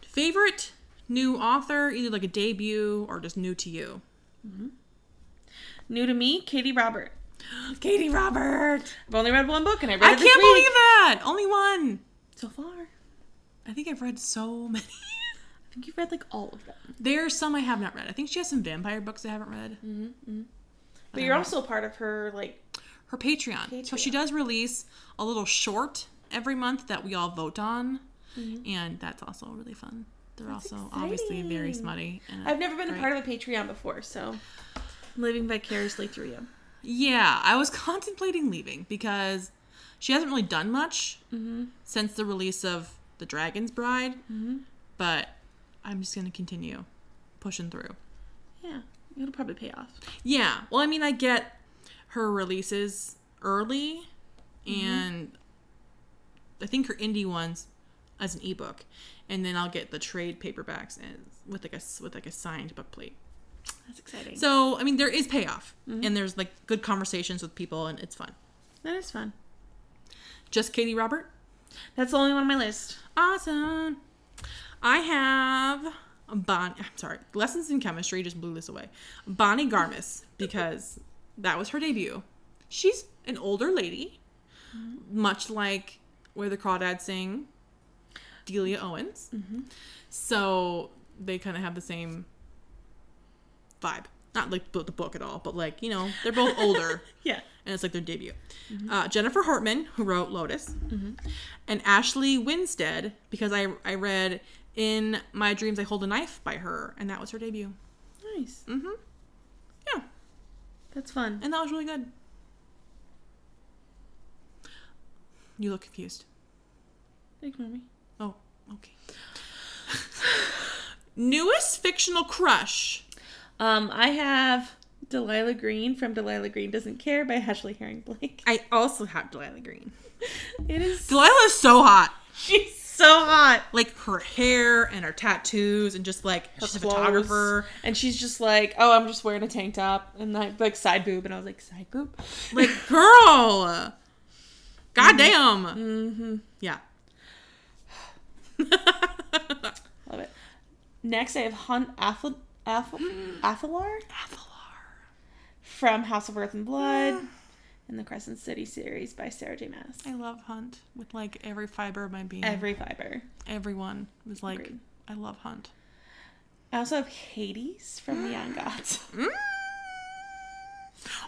Favorite new author, either like a debut or just new to you?
New to me, Katie Robert.
Katie Robert.
I've only read one book and I read
I
it
can't
this week.
believe that. Only one.
So far, I
I think I've read so many.
think you've read like all of them.
There are some I have not read. I think she has some vampire books I haven't read.
But you're also part of her, like,
Her Patreon. So she
Patreon.
does release a little short every month that we all vote on.
Mm-hmm.
And that's also really fun. They're also obviously very
exciting.
smutty. And
I've never been
Right.
a part of a Patreon before, so I'm living vicariously through you.
yeah, I was contemplating leaving because she hasn't really done much
Mm-hmm.
since the release of The Dragon's Bride. But I'm just going to continue pushing through.
Yeah, it'll probably pay off.
Yeah. Well, I mean, I get her releases early, and I think her indie ones as an ebook, and then I'll get the trade paperbacks and with like a s- with like a signed book plate.
That's exciting. So
So I mean, there is payoff, and there's like good conversations with people, and it's fun.
that is fun.
Just Katie Robert,
That's the only one on my list.
awesome. I have Bon. I'm sorry, Lessons in Chemistry just blew this away. Bonnie Garmis because that was her debut. She's an older lady, much like where the crawdads sing, Delia Owens. So they kind of have the same vibe. Not like the the book at all, but like you know, they're both older
Yeah.
and it's like their debut. Uh, Jennifer Hartman, who wrote Lotus, Mm-hmm. and Ashley Winstead, because I I read in my dreams I hold a knife by her, and that was her debut.
Nice.
Mm-hmm. Yeah,
That's fun.
and that was really good. You look confused.
Ignore me.
Oh, okay. Newest fictional crush.
Um, I have Delilah Green from Delilah Green Doesn't Care by Ashley Herring Blake.
I also have Delilah Green.
It is
Delilah's so hot.
she's so hot.
Like her hair and her tattoos and just like she's a
clothes.
photographer.
And she's just like, oh, I'm just wearing a tank top and I, like side boob. And I was like, side boob?
Like, girl. Goddamn.
mm-hmm.
Yeah.
Love it. Next, I have Hunt Athel- Athel- Athelar
Avalar.
from House of Earth and Blood and the Crescent City series by Sarah J. Maas.
I love Hunt with like every fiber of my being.
Every fiber.
Everyone was like,
Agreed.
I love Hunt.
I also have Hades from the Young Gods.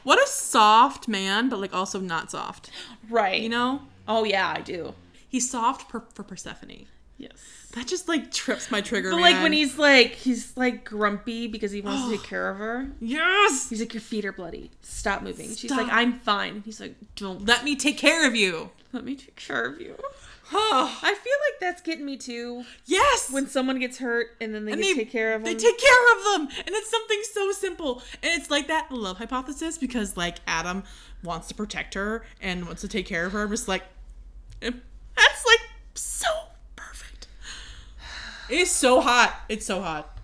What a soft man, but like also not soft.
Right.
You know?
Oh yeah, I do.
He's soft per- for Persephone.
Yes.
That just like trips my trigger.
But like when
man.
he's like he's like grumpy because he wants to take care of her.
Yes!
He's like, Your feet are bloody. Stop moving. She's
Stop.
like, I'm fine. And He's like, Don't
Let me take care of you.
let me take care of you.
Oh,
I feel like that's getting me too.
yes!
When someone gets hurt and then they
And
get
they-
take care of
They
them.
take care of them, and it's something so simple. And it's like that love hypothesis because like Adam wants to protect her and wants to take care of her. I'm just like, eh, that's like so perfect. It's so hot. It's so hot.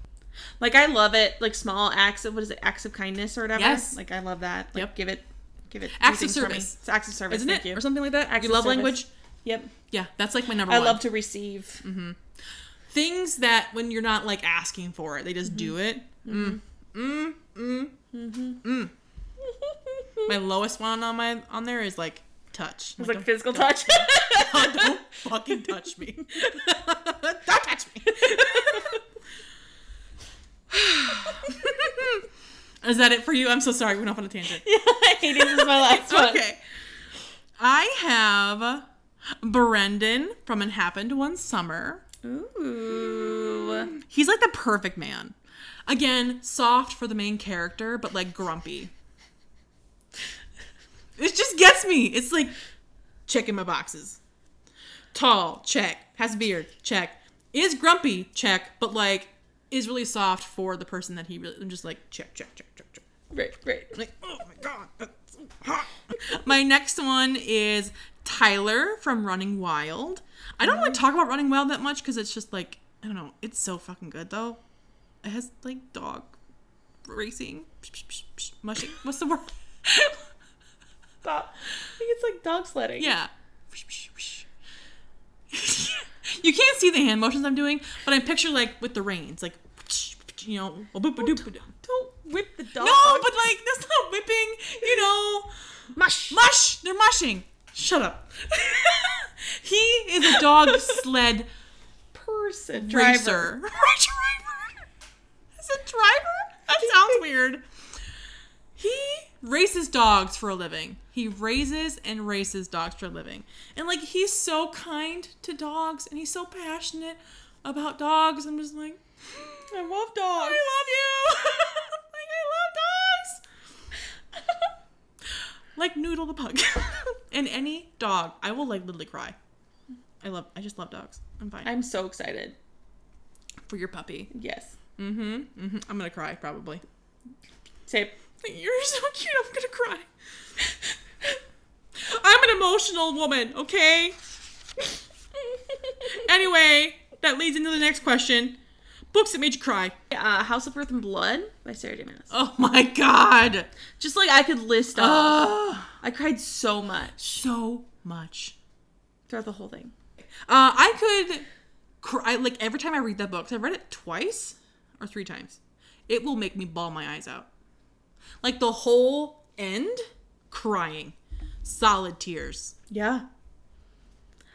Like I love it. Like small acts of what is it? Acts of kindness or whatever.
Yes.
Like I love that. Like,
Yep.
Give it Give it. do
Acts of
things for me.
service.
It's acts of service.
isn't
thank
it,
You.
or something like that?
Acts
you
of
love
service.
language.
Yep.
Yeah, that's like my number
I
one.
love to receive.
things that when you're not like asking for it, they just do
Mm-hmm.
it. Mm. Mm. Mm. My lowest one on my on there is like touch.
It's
Like,
like physical touch.
don't, don't fucking touch me. don't touch me. is that it for you? I'm so sorry. We went off on a tangent.
Hades is my last one.
Okay. I have Brendan from It Happened One Summer.
Ooh.
He's like the perfect man. Again, soft for the main character, but like grumpy. It just gets me. It's like checking my boxes. Tall, check. Has a beard, check. Is grumpy, check, but like is really soft for the person that he really. I'm just like check, check, check, check, check.
Right, right.
Like, oh my god, that's so hot. my next one is Tyler from Running Wild. I don't want to talk about Running Wild that much because it's just like I don't know. It's so fucking good though. It has like dog racing, psh, psh, psh, psh, mushing. What's the word?
Stop. I think it's like dog sledding.
yeah. you can't see the hand motions I'm doing, but I picture like with the reins, like you know, a-boop-a-doop-a-doop.
Don't whip the dog.
no, but like that's not whipping, you know.
mush.
Mush! They're mushing. Shut up. he is a dog sled
Person.
racer. driver. Is it driver? That sounds weird. He races dogs for a living. He raises and races dogs for a living. And like he's so kind to dogs and he's so passionate about dogs. I'm just like,
I love
I
dogs.
love you. like I love dogs. like Noodle the pug, and any dog, I will like literally cry. I love. I just love dogs. I'm fine
I'm so excited.
for your puppy.
Yes.
Mm-hmm. mm-hmm. I'm gonna cry probably.
Say.
You're so cute. I'm gonna cry. I'm an emotional woman. Okay. Anyway, that leads into the next question. Books that made you cry.
uh, House of Earth and Blood by Sarah J. Maas.
Oh my god.
Just like I could list off.
Ugh.
I cried so much
so much.
throughout the whole thing.
Uh, I could cry like every time I read that book. 'cause I've read it twice or three times. It will make me bawl my eyes out. Like the whole end, crying, solid tears.
Yeah.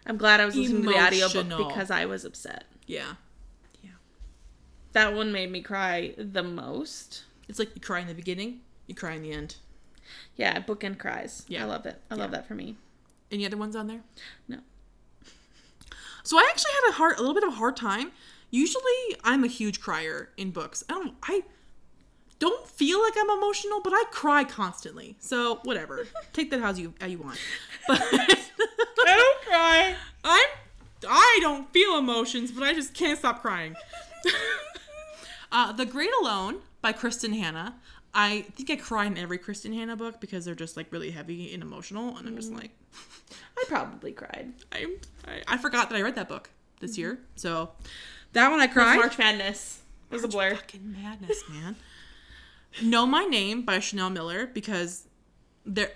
I'm glad I was listening to the
Emotional.
audiobook because I was upset.
Yeah,
That one made me cry the most.
it's like you cry in the beginning, you cry in the end.
Yeah, bookend cries.
Yeah.
I love it. I love that for me.
Any other ones on there?
No.
So I actually had a hard, a little bit of a hard time. Usually, I'm a huge crier in books. I don't, I don't feel like I'm emotional, but I cry constantly. So whatever, take that how you how you want. But
I don't cry.
I'm, I don't feel emotions, but I just can't stop crying. uh, the Great Alone by Kristen Hanna. I think I cry in every Kristen Hanna book because they're just like really heavy and emotional, and I'm just like,
I probably cried.
I'm, I, I forgot that I read that book this year. So that one I cried.
March Madness was a blur.
Fucking madness, man. know My Name by Chanel Miller because there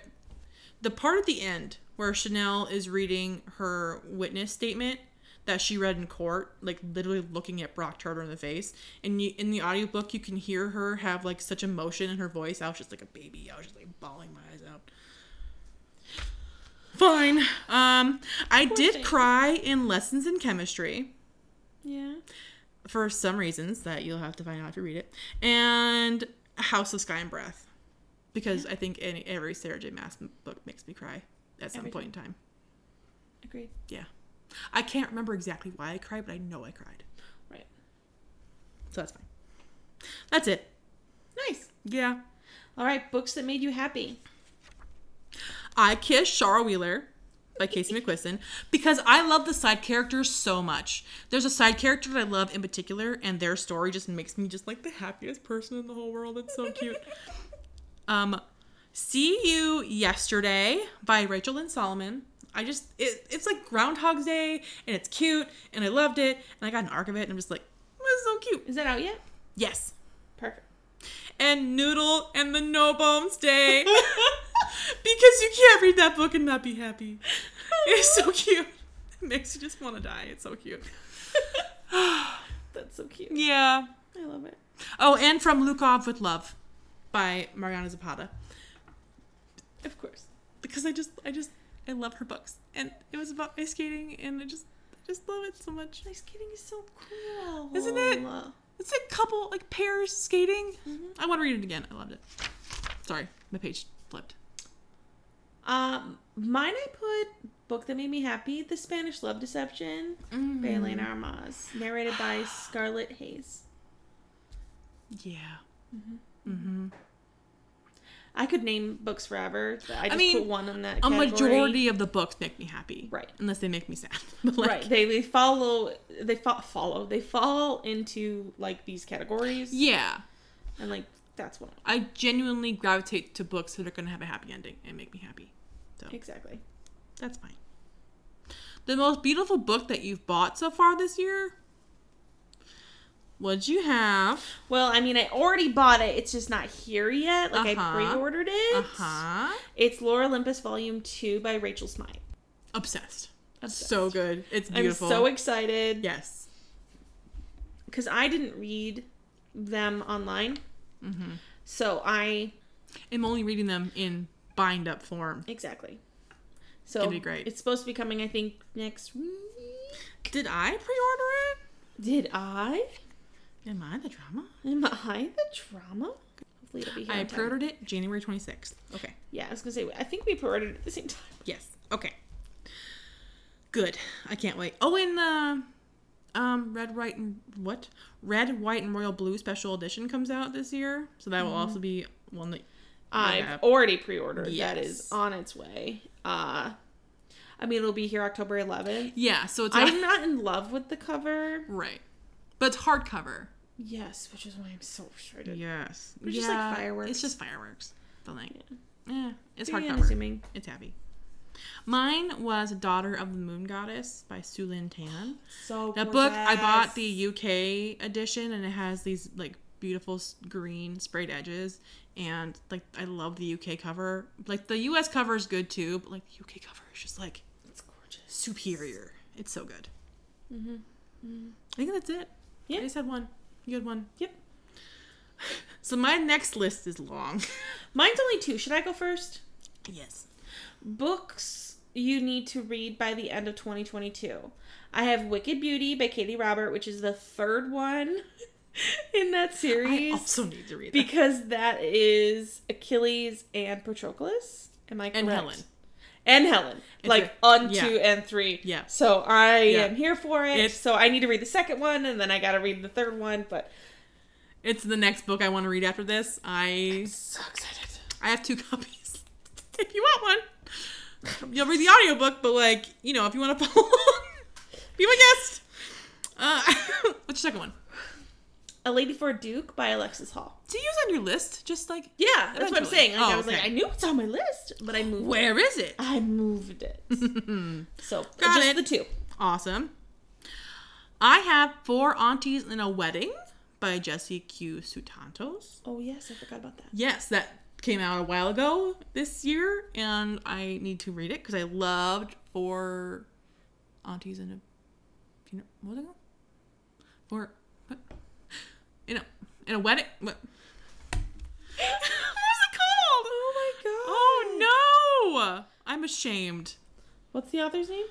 the part at the end where Chanel is reading her witness statement that she read in court, like literally looking at Brock Turner in the face. And you, in the audiobook, you can hear her have like such emotion in her voice. I was just like a baby. I was just like bawling my eyes out. Fine. Um, I did
thing.
cry in Lessons in Chemistry
Yeah.
for some reasons that you'll have to find out if you read it, and House of Sky and Breath, because I think any, every Sarah J. Maas m- book makes me cry at some
Every
point in time.
Agreed.
Yeah, I can't remember exactly why I cried, but I know I cried,
Right.
so that's fine. That's it.
Nice.
Yeah,
All right, books that made you happy.
I kiss Shara Wheeler by Casey McQuiston because I love the side characters so much. There's a side character that I love in particular, and their story just makes me just like the happiest person in the whole world. It's so cute. um, See You Yesterday by Rachel Lynn Solomon. I just it, it's like Groundhog's Day, and it's cute, and I loved it, and I got an arc of it, and I'm just like, this is so cute.
Is that out yet?
Yes,
Perfect.
and Noodle and the No Bones Day because you can't read that book and not be happy. It's so cute. It makes you just want to die. It's so cute.
That's so cute.
Yeah.
I love it.
Oh, and from Lukov with Love by Mariana Zapata.
Of course.
Because I just I just I love her books. And it was about ice skating and I just I just love it so much.
Ice skating is so cool.
Isn't it? It's a couple like pair skating.
Mhm.
I want to read it again. I loved it. Sorry, my page flipped.
Um, mine I put book that made me happy, The Spanish Love Deception by
Mm.
Elena Armas, narrated by Scarlett Hayes.
Yeah. Mm-hmm.
I could name books forever. But I just
mean,
put one in that
A
category.
majority of the books make me happy.
Right.
Unless they make me sad. But like,
right. They they follow they fo- follow they fall into like these categories.
Yeah.
And like that's one. of them.
I genuinely gravitate to books that are going to have a happy ending and make me happy. So
Exactly.
that's fine. The most beautiful book that you've bought so far this year? What'd you have?
Well, I mean, I already bought it. It's just not here yet. Like
Uh-huh.
I pre-ordered it.
Uh huh.
It's Laura Olympus Volume Two by Rachel Smythe.
Obsessed.
Obsessed.
So good. It's beautiful.
I'm so excited
yes.
because I didn't read them online,
Mm-hmm.
so I
I'm only reading them in bind up form.
exactly. So
Gonna be great.
It's supposed to be coming, I think, next week.
Did I pre order
Did I?
it? Am I the drama?
Am I the drama? Hopefully, it'll be here.
I
on time.
pre ordered it January 26th. Okay.
Yeah, I was gonna say. I think we pre-ordered it at the same time.
Yes. Okay. Good. I can't wait. Oh, and the um, red, white, and what? Red, white, and royal blue special edition comes out this year, so that will also be one that.
I've
Yeah.
already pre-ordered. That
Yes.
is on its way. Uh, I mean, it'll be here October 11th.
Yeah. So it's
I'm not in love with the cover.
right, but it's hardcover.
Yes, which is why I'm so excited.
Yes.
But it's just like fireworks.
It's just fireworks. The like.
Yeah.
Yeah. It's
Pretty
hardcover.
unassuming.
It's happy. Mine was Daughter of the Moon Goddess by Su Lin Tan.
So
That book I bought the UK edition and it has these like beautiful s- green sprayed edges and like I love the UK cover. Like the US cover is good too, but like the UK cover is just like
It's gorgeous.
superior. It's so good. I think that's it.
Mm-hmm. Yeah.
I just had one. You had one.
Yep.
So my next list is long.
Mine's only two. Should I go first?
yes.
Books you need to read by the end of 2022. I have Wicked Beauty by Katie Robert, which is the third one in that
I
series
also need to read that.
because that is Achilles and Patroclus. Am I correct?
And Helen.
And Helen, like on
yeah.
two and three.
Yeah.
So I
Yeah.
am here for it.
It's-
so I need to read the second one, and then I got to read the third one. But
It's the next book I want to read after this. I
so excited.
I have two copies. if you want one, you'll read the audiobook, but like, you know, if you want to follow along, be my guest. Uh, what's your second one?
A Lady for a Duke by Alexis Hall.
Do you use on your list? Just like,
Yeah, that's what I'm
Eventually.
saying. Like,
Oh,
I was like,
okay.
I knew it's on my list, but I moved. It.
where is it?
I moved it. so
Got
just
it.
the two.
Awesome. I have Four Aunties in a Wedding by Jesse Q. Sutantos.
Oh yes, I forgot about that.
Yes, that came out a while ago this year, and I need to read it because I loved Four Aunties in a Funeral. What was it called? Four. What? In a, in a wedding. What? what was it called? Oh
my
Oh
God.
no! I'm ashamed.
What's the author's name?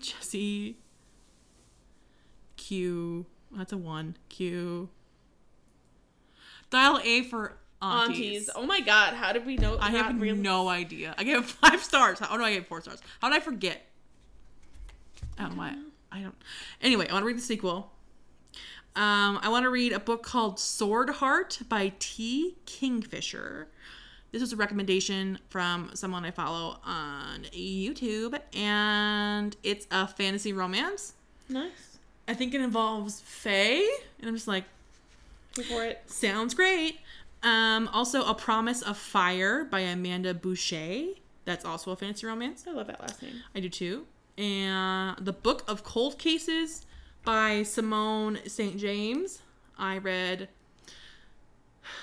Jesse Q. That's a one. Q. Dial A for aunties.
Aunties. Oh my god, how did we know?
I
not
have
real-
no idea. I gave it five stars. Oh no, I gave it four stars. How did I forget? I don't know. why- I don't. Anyway, I want to read the sequel. Um, I want to read a book called Sword Heart by T. Kingfisher. This was a recommendation from someone I follow on YouTube, and it's a fantasy romance.
Nice.
I think it involves Faye, and I'm just like,
Here for it.
Sounds great. Um, also, A Promise of Fire by Amanda Boucher. That's also a fantasy romance.
I love that last name.
I do too. And The Book of Cold Cases by Simone St. James. I read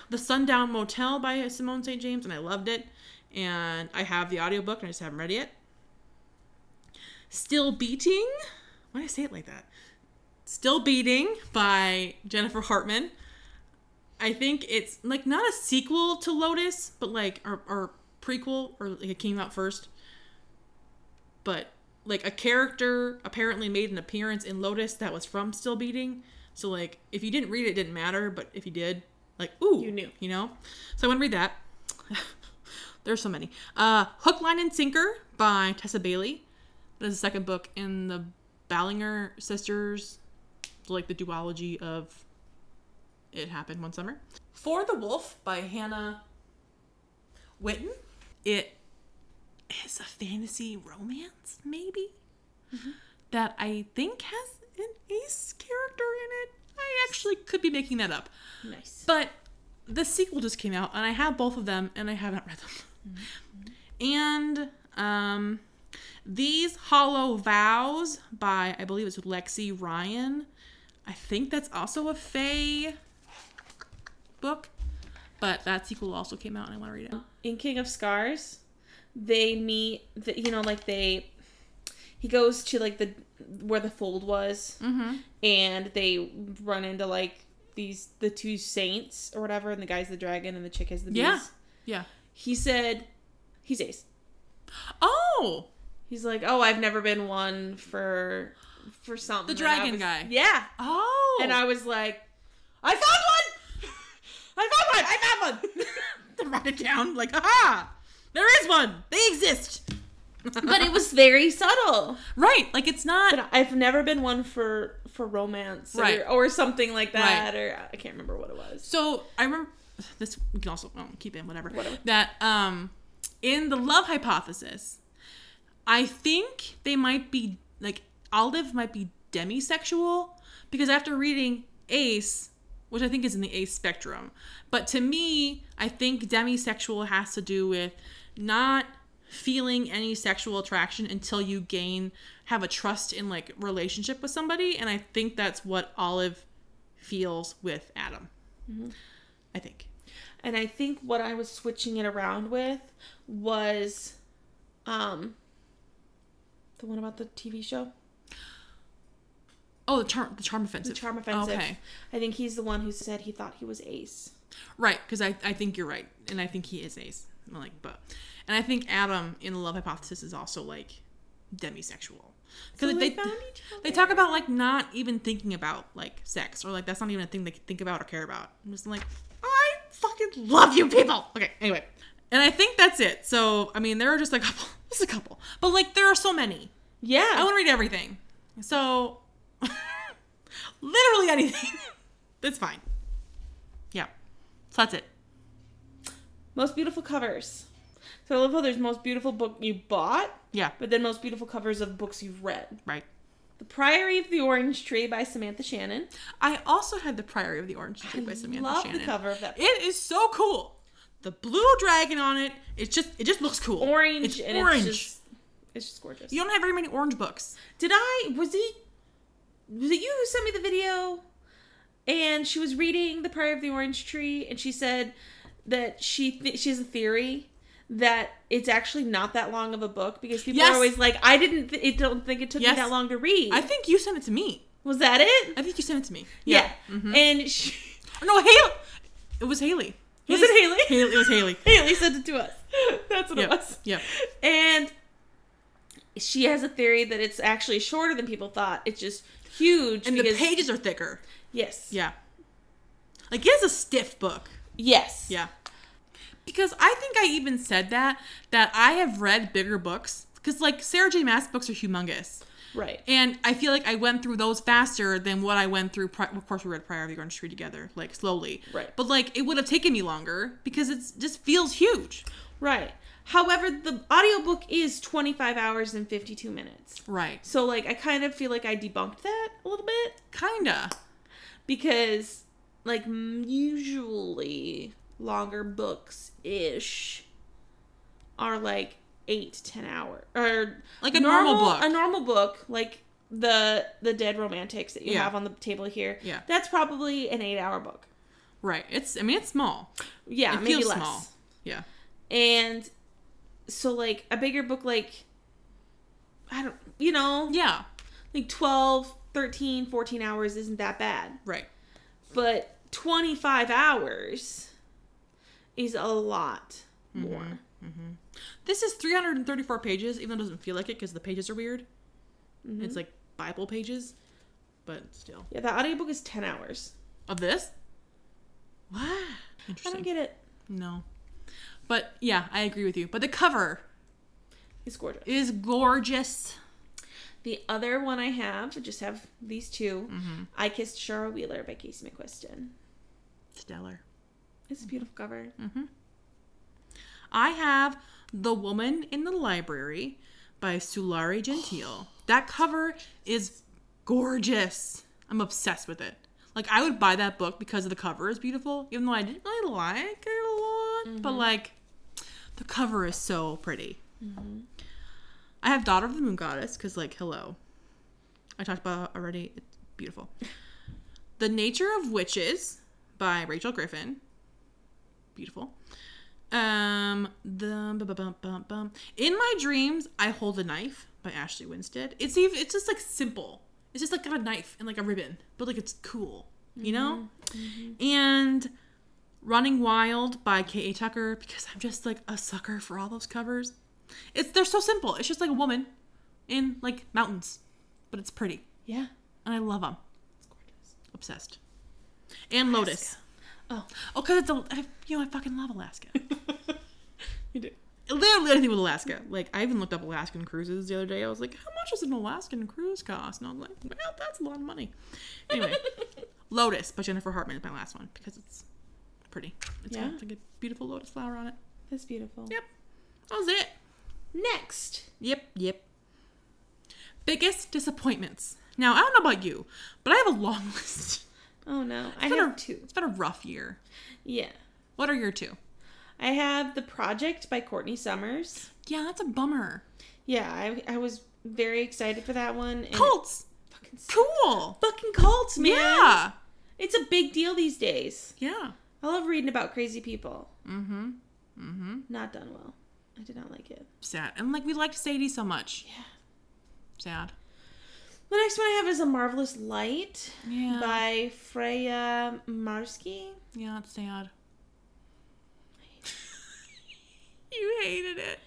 The Sundown Motel by Simone St. James and I loved it. and I have the audiobook and I just haven't read it yet. Still Beating. Why did I say it like that? Still Beating by Jennifer Hartman. I think it's like not a sequel to Lotus, but like or, or prequel or like it came out first. But like a character apparently made an appearance in Lotus that was from Still Beating. So like if you didn't read it, it didn't matter, but if you did, like ooh,
You knew.
you know. So I want to read that. There's so many. Uh, Hook, Line, and Sinker by Tessa Bailey. That is the second book in the Ballinger sisters, like the duology of It Happened One Summer. For the Wolf by Hannah Witten. It is a fantasy romance, maybe, that I think has an ace character in it. I actually could be making that up.
Nice.
But the sequel just came out, and I have both of them, and I haven't read them. Mm-hmm. And um, these Hollow Vows by I believe it's Lexi Ryan. I think that's also a Faye book, but that sequel also came out, and I want to read it.
in King of Scars, they meet the, you know like they he goes to like the where the fold was
Mm-hmm.
and they run into like these the two saints or whatever and the guy's the dragon and the chick is the beast.
Yeah. Yeah.
He said he's ace.
Oh,
He's like, "Oh, I've never been one for for something."
The
And I
dragon
was-
guy.
Yeah.
oh,
And I was like, "I found one! I found one! I found one!"
to write it down like, aha, there is one. They exist.
but it was very subtle.
right, like it's not.
But I've never been one for for romance or,
Right.
or something like that, or I can't remember what it was.
So I remember this. We can also well, keep in whatever.
Whatever.
That um, in the love hypothesis, I think they might be like Olive might be demisexual because after reading Ace, which I think is in the Ace spectrum, but to me, I think demisexual has to do with not feeling any sexual attraction until you gain have a trust in like relationship with somebody and i think that's what olive feels with adam I think.
And I think what I was switching it around with was, um, the one about the TV show,
Oh, the charm, the charm
the
offensive.
Charm Offensive.
Okay,
I think he's the one who said he thought he was Ace.
right, because I, I think you're right, and I think he is ace. I'm like, but, and I think Adam in the love hypothesis is also like demisexual because
So
they
they found each other.
they talk about like not even thinking about like sex or like that's not even a thing they think about or care about. I'm just like, I fucking love you people. Okay, anyway, and I think that's it. So I mean, there are just a couple, just a couple, but like there are so many.
Yeah,
I want to read everything. So, literally anything. That's fine. Yeah. So that's it.
most beautiful covers. So I love how there's most beautiful book you bought,
Yeah.
but then most beautiful covers of books you've read.
Right.
The Priory of the Orange Tree by Samantha Shannon.
I also had the Priory of the Orange Tree by Samantha
love
Shannon.
the cover of that.
It is so cool. The blue dragon on it. It's just it just looks cool.
orange
It's
and
orange.
it's just it's just gorgeous.
you don't have very many orange books.
Did I was he was it you who sent me the video? And she was reading The Priory of the Orange Tree and she said that she th- she has a theory that it's actually not that long of a book because people
Yes.
are always like I didn't th- it don't think it took
Yes.
me that long to read.
I think you sent it to me.
was that it?
I think you sent it to me. Mm-hmm.
And she
No, Haley. It was Haley.
Was it Haley?
Haley. It was Haley.
Haley sent it to us. That's what it
Yep.
was.
Yep.
And she has a theory that it's actually shorter than people thought. It's just huge
And
because
the pages are thicker.
yes.
Yeah. Like it is a stiff book.
Yes.
Yeah. Because I think I even said that that I have read bigger books because like Sarah J. Maas books are humongous,
Right.
and I feel like I went through those faster than what I went through. Pri- of course, we read Prior of the Orange Tree together, like slowly.
Right.
But like it would have taken me longer because it just feels huge.
Right. However, the audiobook is 25 hours and 52 minutes.
Right.
So like I kind of feel like I debunked that a little bit
Kinda.
because like m- usually longer books ish are like 8 to 10 hour or
Like a normal book.
A normal book like the the dead romantics that you
Yeah.
have on the table here.
Yeah.
That's probably an 8 hour book.
Right. It's. I mean, it's small.
Yeah,
It
Uh, maybe
feels
less.
small. Yeah.
And so like a bigger book like I don't you know,
Yeah.
like 12, 13, 14 hours isn't that bad.
Right.
But 25 hours is a lot
Mm-hmm.
more.
This is 334 pages, even though it doesn't feel like it because the pages are weird. It's like Bible pages, but still.
Yeah, the audiobook is 10 hours.
Of this? Wow.
I
Interesting.
don't get it.
no. But yeah, I agree with you. But the cover
It's gorgeous.
is gorgeous.
The other one I have, I just have these 2
Mm-hmm.
I Kissed Shara Wheeler by Casey McQuiston.
Stellar. Mm.
It's a beautiful cover.
I have The Woman in the Library by Sulari Gentile. that cover is gorgeous. I'm obsessed with it. Like I would buy that book because the cover is beautiful, even though I didn't really like it a lot, but like the cover is so pretty. I have Daughter of the Moon Goddess because like hello. I talked about it already. It's beautiful. the Nature of Witches by Rachel Griffin. Beautiful. Um, the bum, bum, bum, bum, bum. in my dreams, I hold a knife by Ashley Winstead. It's even it's just like simple. It's just like got a knife and like a ribbon, but like it's cool, you know.
Mm-hmm.
And Running Wild by K. A. Tucker because I'm just like a sucker for all those covers. It's they're so simple. It's just like a woman in like mountains, but it's pretty
Yeah.
and I love them.
It's gorgeous.
Obsessed. And Lotus.
Oh.
Oh, cause it's a I, you know I fucking love Alaska.
You do.
literally anything with Alaska. Like I even looked up Alaskan cruises the other day. I was like, how much does an Alaskan cruise cost? And I was like, well, that's a lot of money. Anyway, Lotus by Jennifer Hartman is my last one because it's pretty. It's
Yeah.
got like a beautiful lotus flower on it.
That's beautiful.
Yep. That was it.
Next.
Yep, yep. Biggest disappointments. Now I don't know about you, but I have a long list.
Oh no. I
been
have
a-
two.
It's been a rough year.
Yeah.
What are your two?
I have The Project by Courtney Summers.
Yeah, that's a bummer.
Yeah, I, I was very excited for that one. And
Cults.
Fucking,
Cool.
fucking cults, man.
Yeah.
It's a big deal these days.
Yeah.
I love reading about crazy people.
Mm-hmm. Mm-hmm.
Not done well. I did not like it.
Sad. And like we liked Sadie so much.
Yeah.
Sad.
The next one I have is A Marvelous Light
Yeah.
by Freya Marsky.
Yeah, it's sad. you hated it.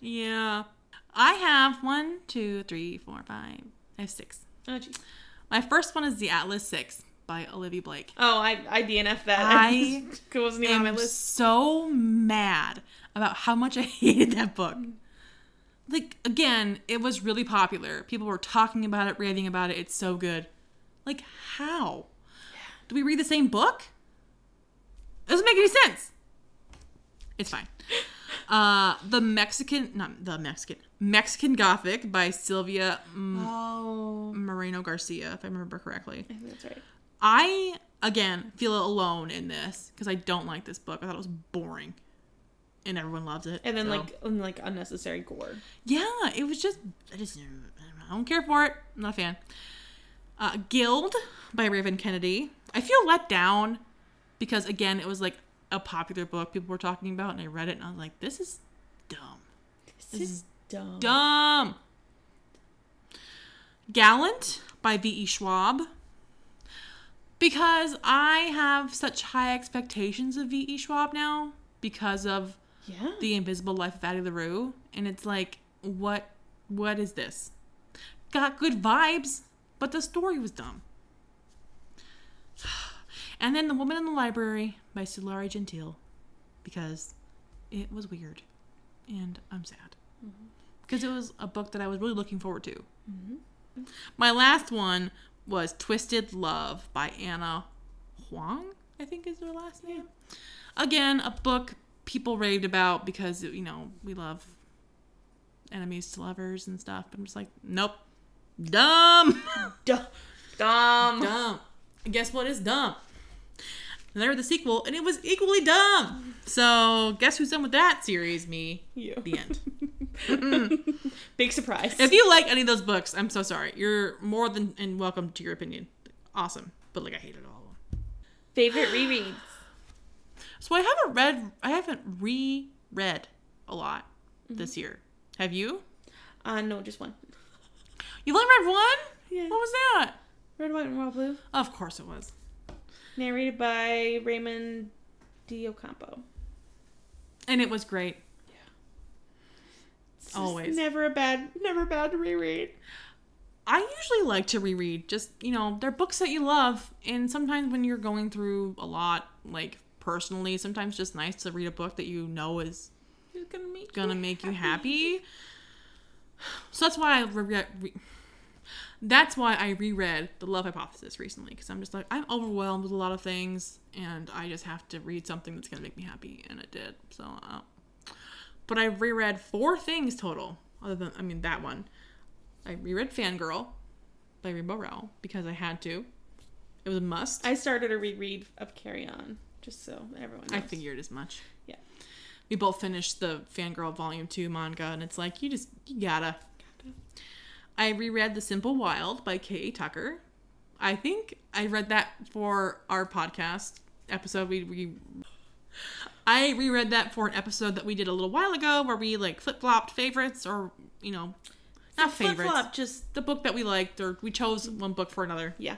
Yeah. I have one, two, three, four, five. I have six.
Oh, jeez.
My first one is The Atlas Six by Olivia Blake.
Oh, I, I DNF that.
I
it wasn't even on my
I'm
list.
so mad about how much I hated that book. Like again, it was really popular. People were talking about it, raving about it. It's so good. Like how? Do we read the same book? It doesn't make any sense. It's fine. Uh, the Mexican, not the Mexican, Mexican Gothic by Sylvia M-
Oh.
Moreno Garcia, if I remember correctly.
I think that's right.
I again feel alone in this because I don't like this book. I thought it was boring, and everyone loves it.
And then
so-
like and, like unnecessary gore.
yeah, it was just I just I don't care for it. I'm not a fan. Uh, Guild by Raven Kennedy. I feel let down because again it was like a popular book people were talking about, and I read it and I was like, this is dumb,
This is dumb.
dumb. Gallant by V.E. Schwab. Because I have such high expectations of V.E. Schwab now because of
Yeah.
The Invisible Life of Addie LaRue. And it's like, what what is this? Got good vibes, but the story was dumb. And then The Woman in the Library by Sulari Gentile. Because it was weird. And I'm sad. Because it was a book that I was really looking forward to. My last one was Twisted Love by Anna Huang, I think is her last name. Again, a book people raved about because, you know, we love enemies to lovers and stuff. But I'm just like, nope. Dumb.
dumb. Dumb.
dumb. And guess what? It's dumb. And I read the sequel, and it was equally dumb. So, guess who's done with that series? Me.
You.
The end.
Big surprise.
If you like any of those books, I'm so sorry. You're more than and welcome to your opinion. Awesome, but like I hated all of them.
Favorite rereads.
So I haven't read, I haven't reread a lot this year. Have you?
Uh, no, just one.
You've only read one?
Yeah.
What was that?
Red, white, and raw blue.
Of course it was.
Narrated by Raymond Diocampo.
And it was great.
It's just
Always.
Never a bad, never bad to reread.
I usually like to reread just, you know, they're books that you love. And sometimes when you're going through a lot, like personally, sometimes just nice to read a book that you know is
It's gonna make
gonna make you happy. So that's why I re- re- that's why I reread The Love Hypothesis recently because I'm just like I'm overwhelmed with a lot of things and I just have to read something that's gonna make me happy and it did. So, uh, but I reread four things total. Other than I mean that one, I reread Fangirl by Rainbow Rowell because I had to. It was a must.
I started a reread of Carry On, just so everyone. Knows.
I figured as much.
Yeah.
We both finished the Fangirl Volume 2 manga, and it's like, you just, you gotta. I reread The Simple Wild by K.A. Tucker. I think I read that for our podcast episode. We, we I reread that for an episode that we did a little while ago where we like flip flopped favorites or, you know, not
Flip
favorites.
flop, just
The book that we liked, or we chose one book for another.
yeah.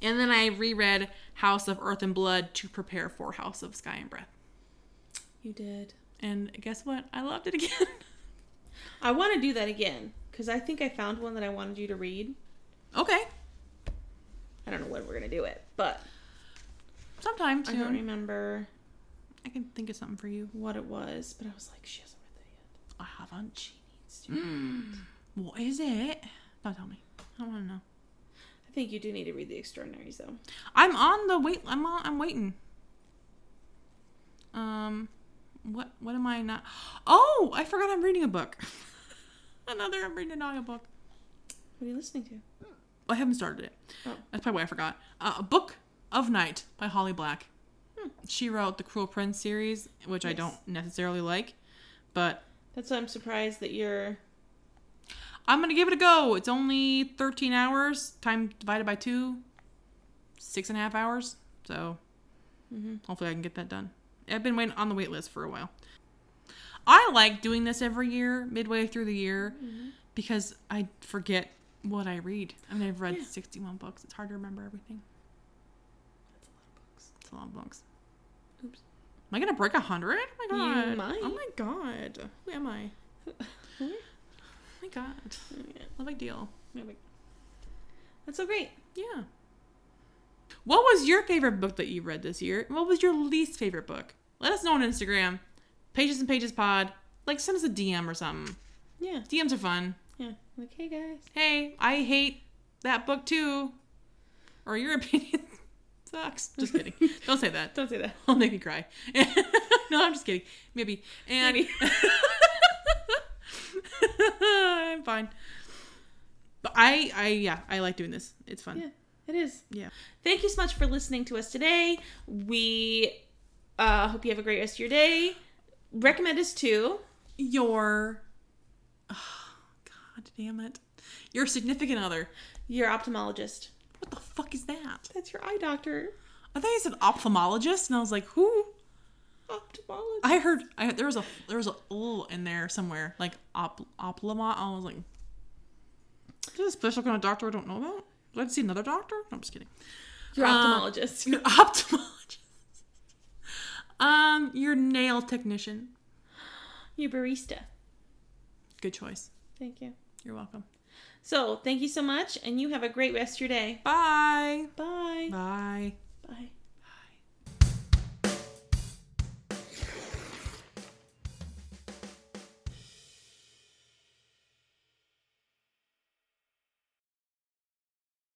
And then I reread House of Earth and Blood to prepare for House of Sky and Breath.
You did.
And guess what? I loved it again.
I want to do that again because I think I found one that I wanted you to read.
okay.
I don't know when we're gonna do it, but
Sometime
I don't
soon.
remember
I can think of something for you.
what it was. But I was like, she hasn't read that yet.
I haven't.
She needs to.
Hmm. What is it? Don't tell me. I want to know.
I think you do need to read The Extraordinaries though.
I'm on the wait. I'm on. I'm waiting. Um, what? What am I not? Oh, I forgot I'm reading a book. Another. I'm reading an audiobook.
What are you listening to?
I haven't started it.
Oh.
That's probably why I forgot. Uh, a book of night by Holly Black. She wrote the Cruel Prince series, which I
Yes.
don't necessarily like, but
That's why I'm surprised that you're.
I'm gonna give it a go. It's only 13 hours, time divided by two, six and a half hours. So
Mm-hmm.
hopefully I can get that done. I've been waiting on the wait list for a while. I like doing this every year, midway through the year, because I forget what I read. I mean, I've read
Yeah.
61 books. It's hard to remember everything. It's a lot of books.
Oops.
Am I gonna break a hundred? Oh my god!
You might.
Oh my god! Who am I?
Who?
Oh my god!
Yeah,
No big deal.
no big- That's so great.
Yeah. What was your favorite book that you read this year? And What was your least favorite book? Let us know on Instagram, Pages and Pages Pod. Like, send us a DM or something.
Yeah,
DMs are fun.
yeah. Like, hey guys.
Hey, I hate that book too. Or your opinion sucks. Just kidding. Don't say that.
Don't say that.
I'll make me cry. no, I'm just kidding. Maybe. And
Maybe.
I'm fine. But I, I, yeah, I like doing this. It's fun.
Yeah, it is.
Yeah.
Thank you so much for listening to us today. We uh, hope you have a great rest of your day. Recommend us to
Your, oh, God damn it, your significant other.
your ophthalmologist.
What the fuck is that?
That's your eye doctor.
I thought you said ophthalmologist, and I was like, who?
Ophthalmologist.
I heard I, there was a there was a l in there somewhere, like op oplamot. I was like, is this a special kind of doctor I don't know about? Did I see another doctor? No, I'm just kidding.
Your
Uh,
ophthalmologist.
Your ophthalmologist. Um, your nail technician.
your barista.
Good choice.
Thank you.
You're welcome.
So, thank you so much, and you have a great rest of your day.
Bye.
Bye.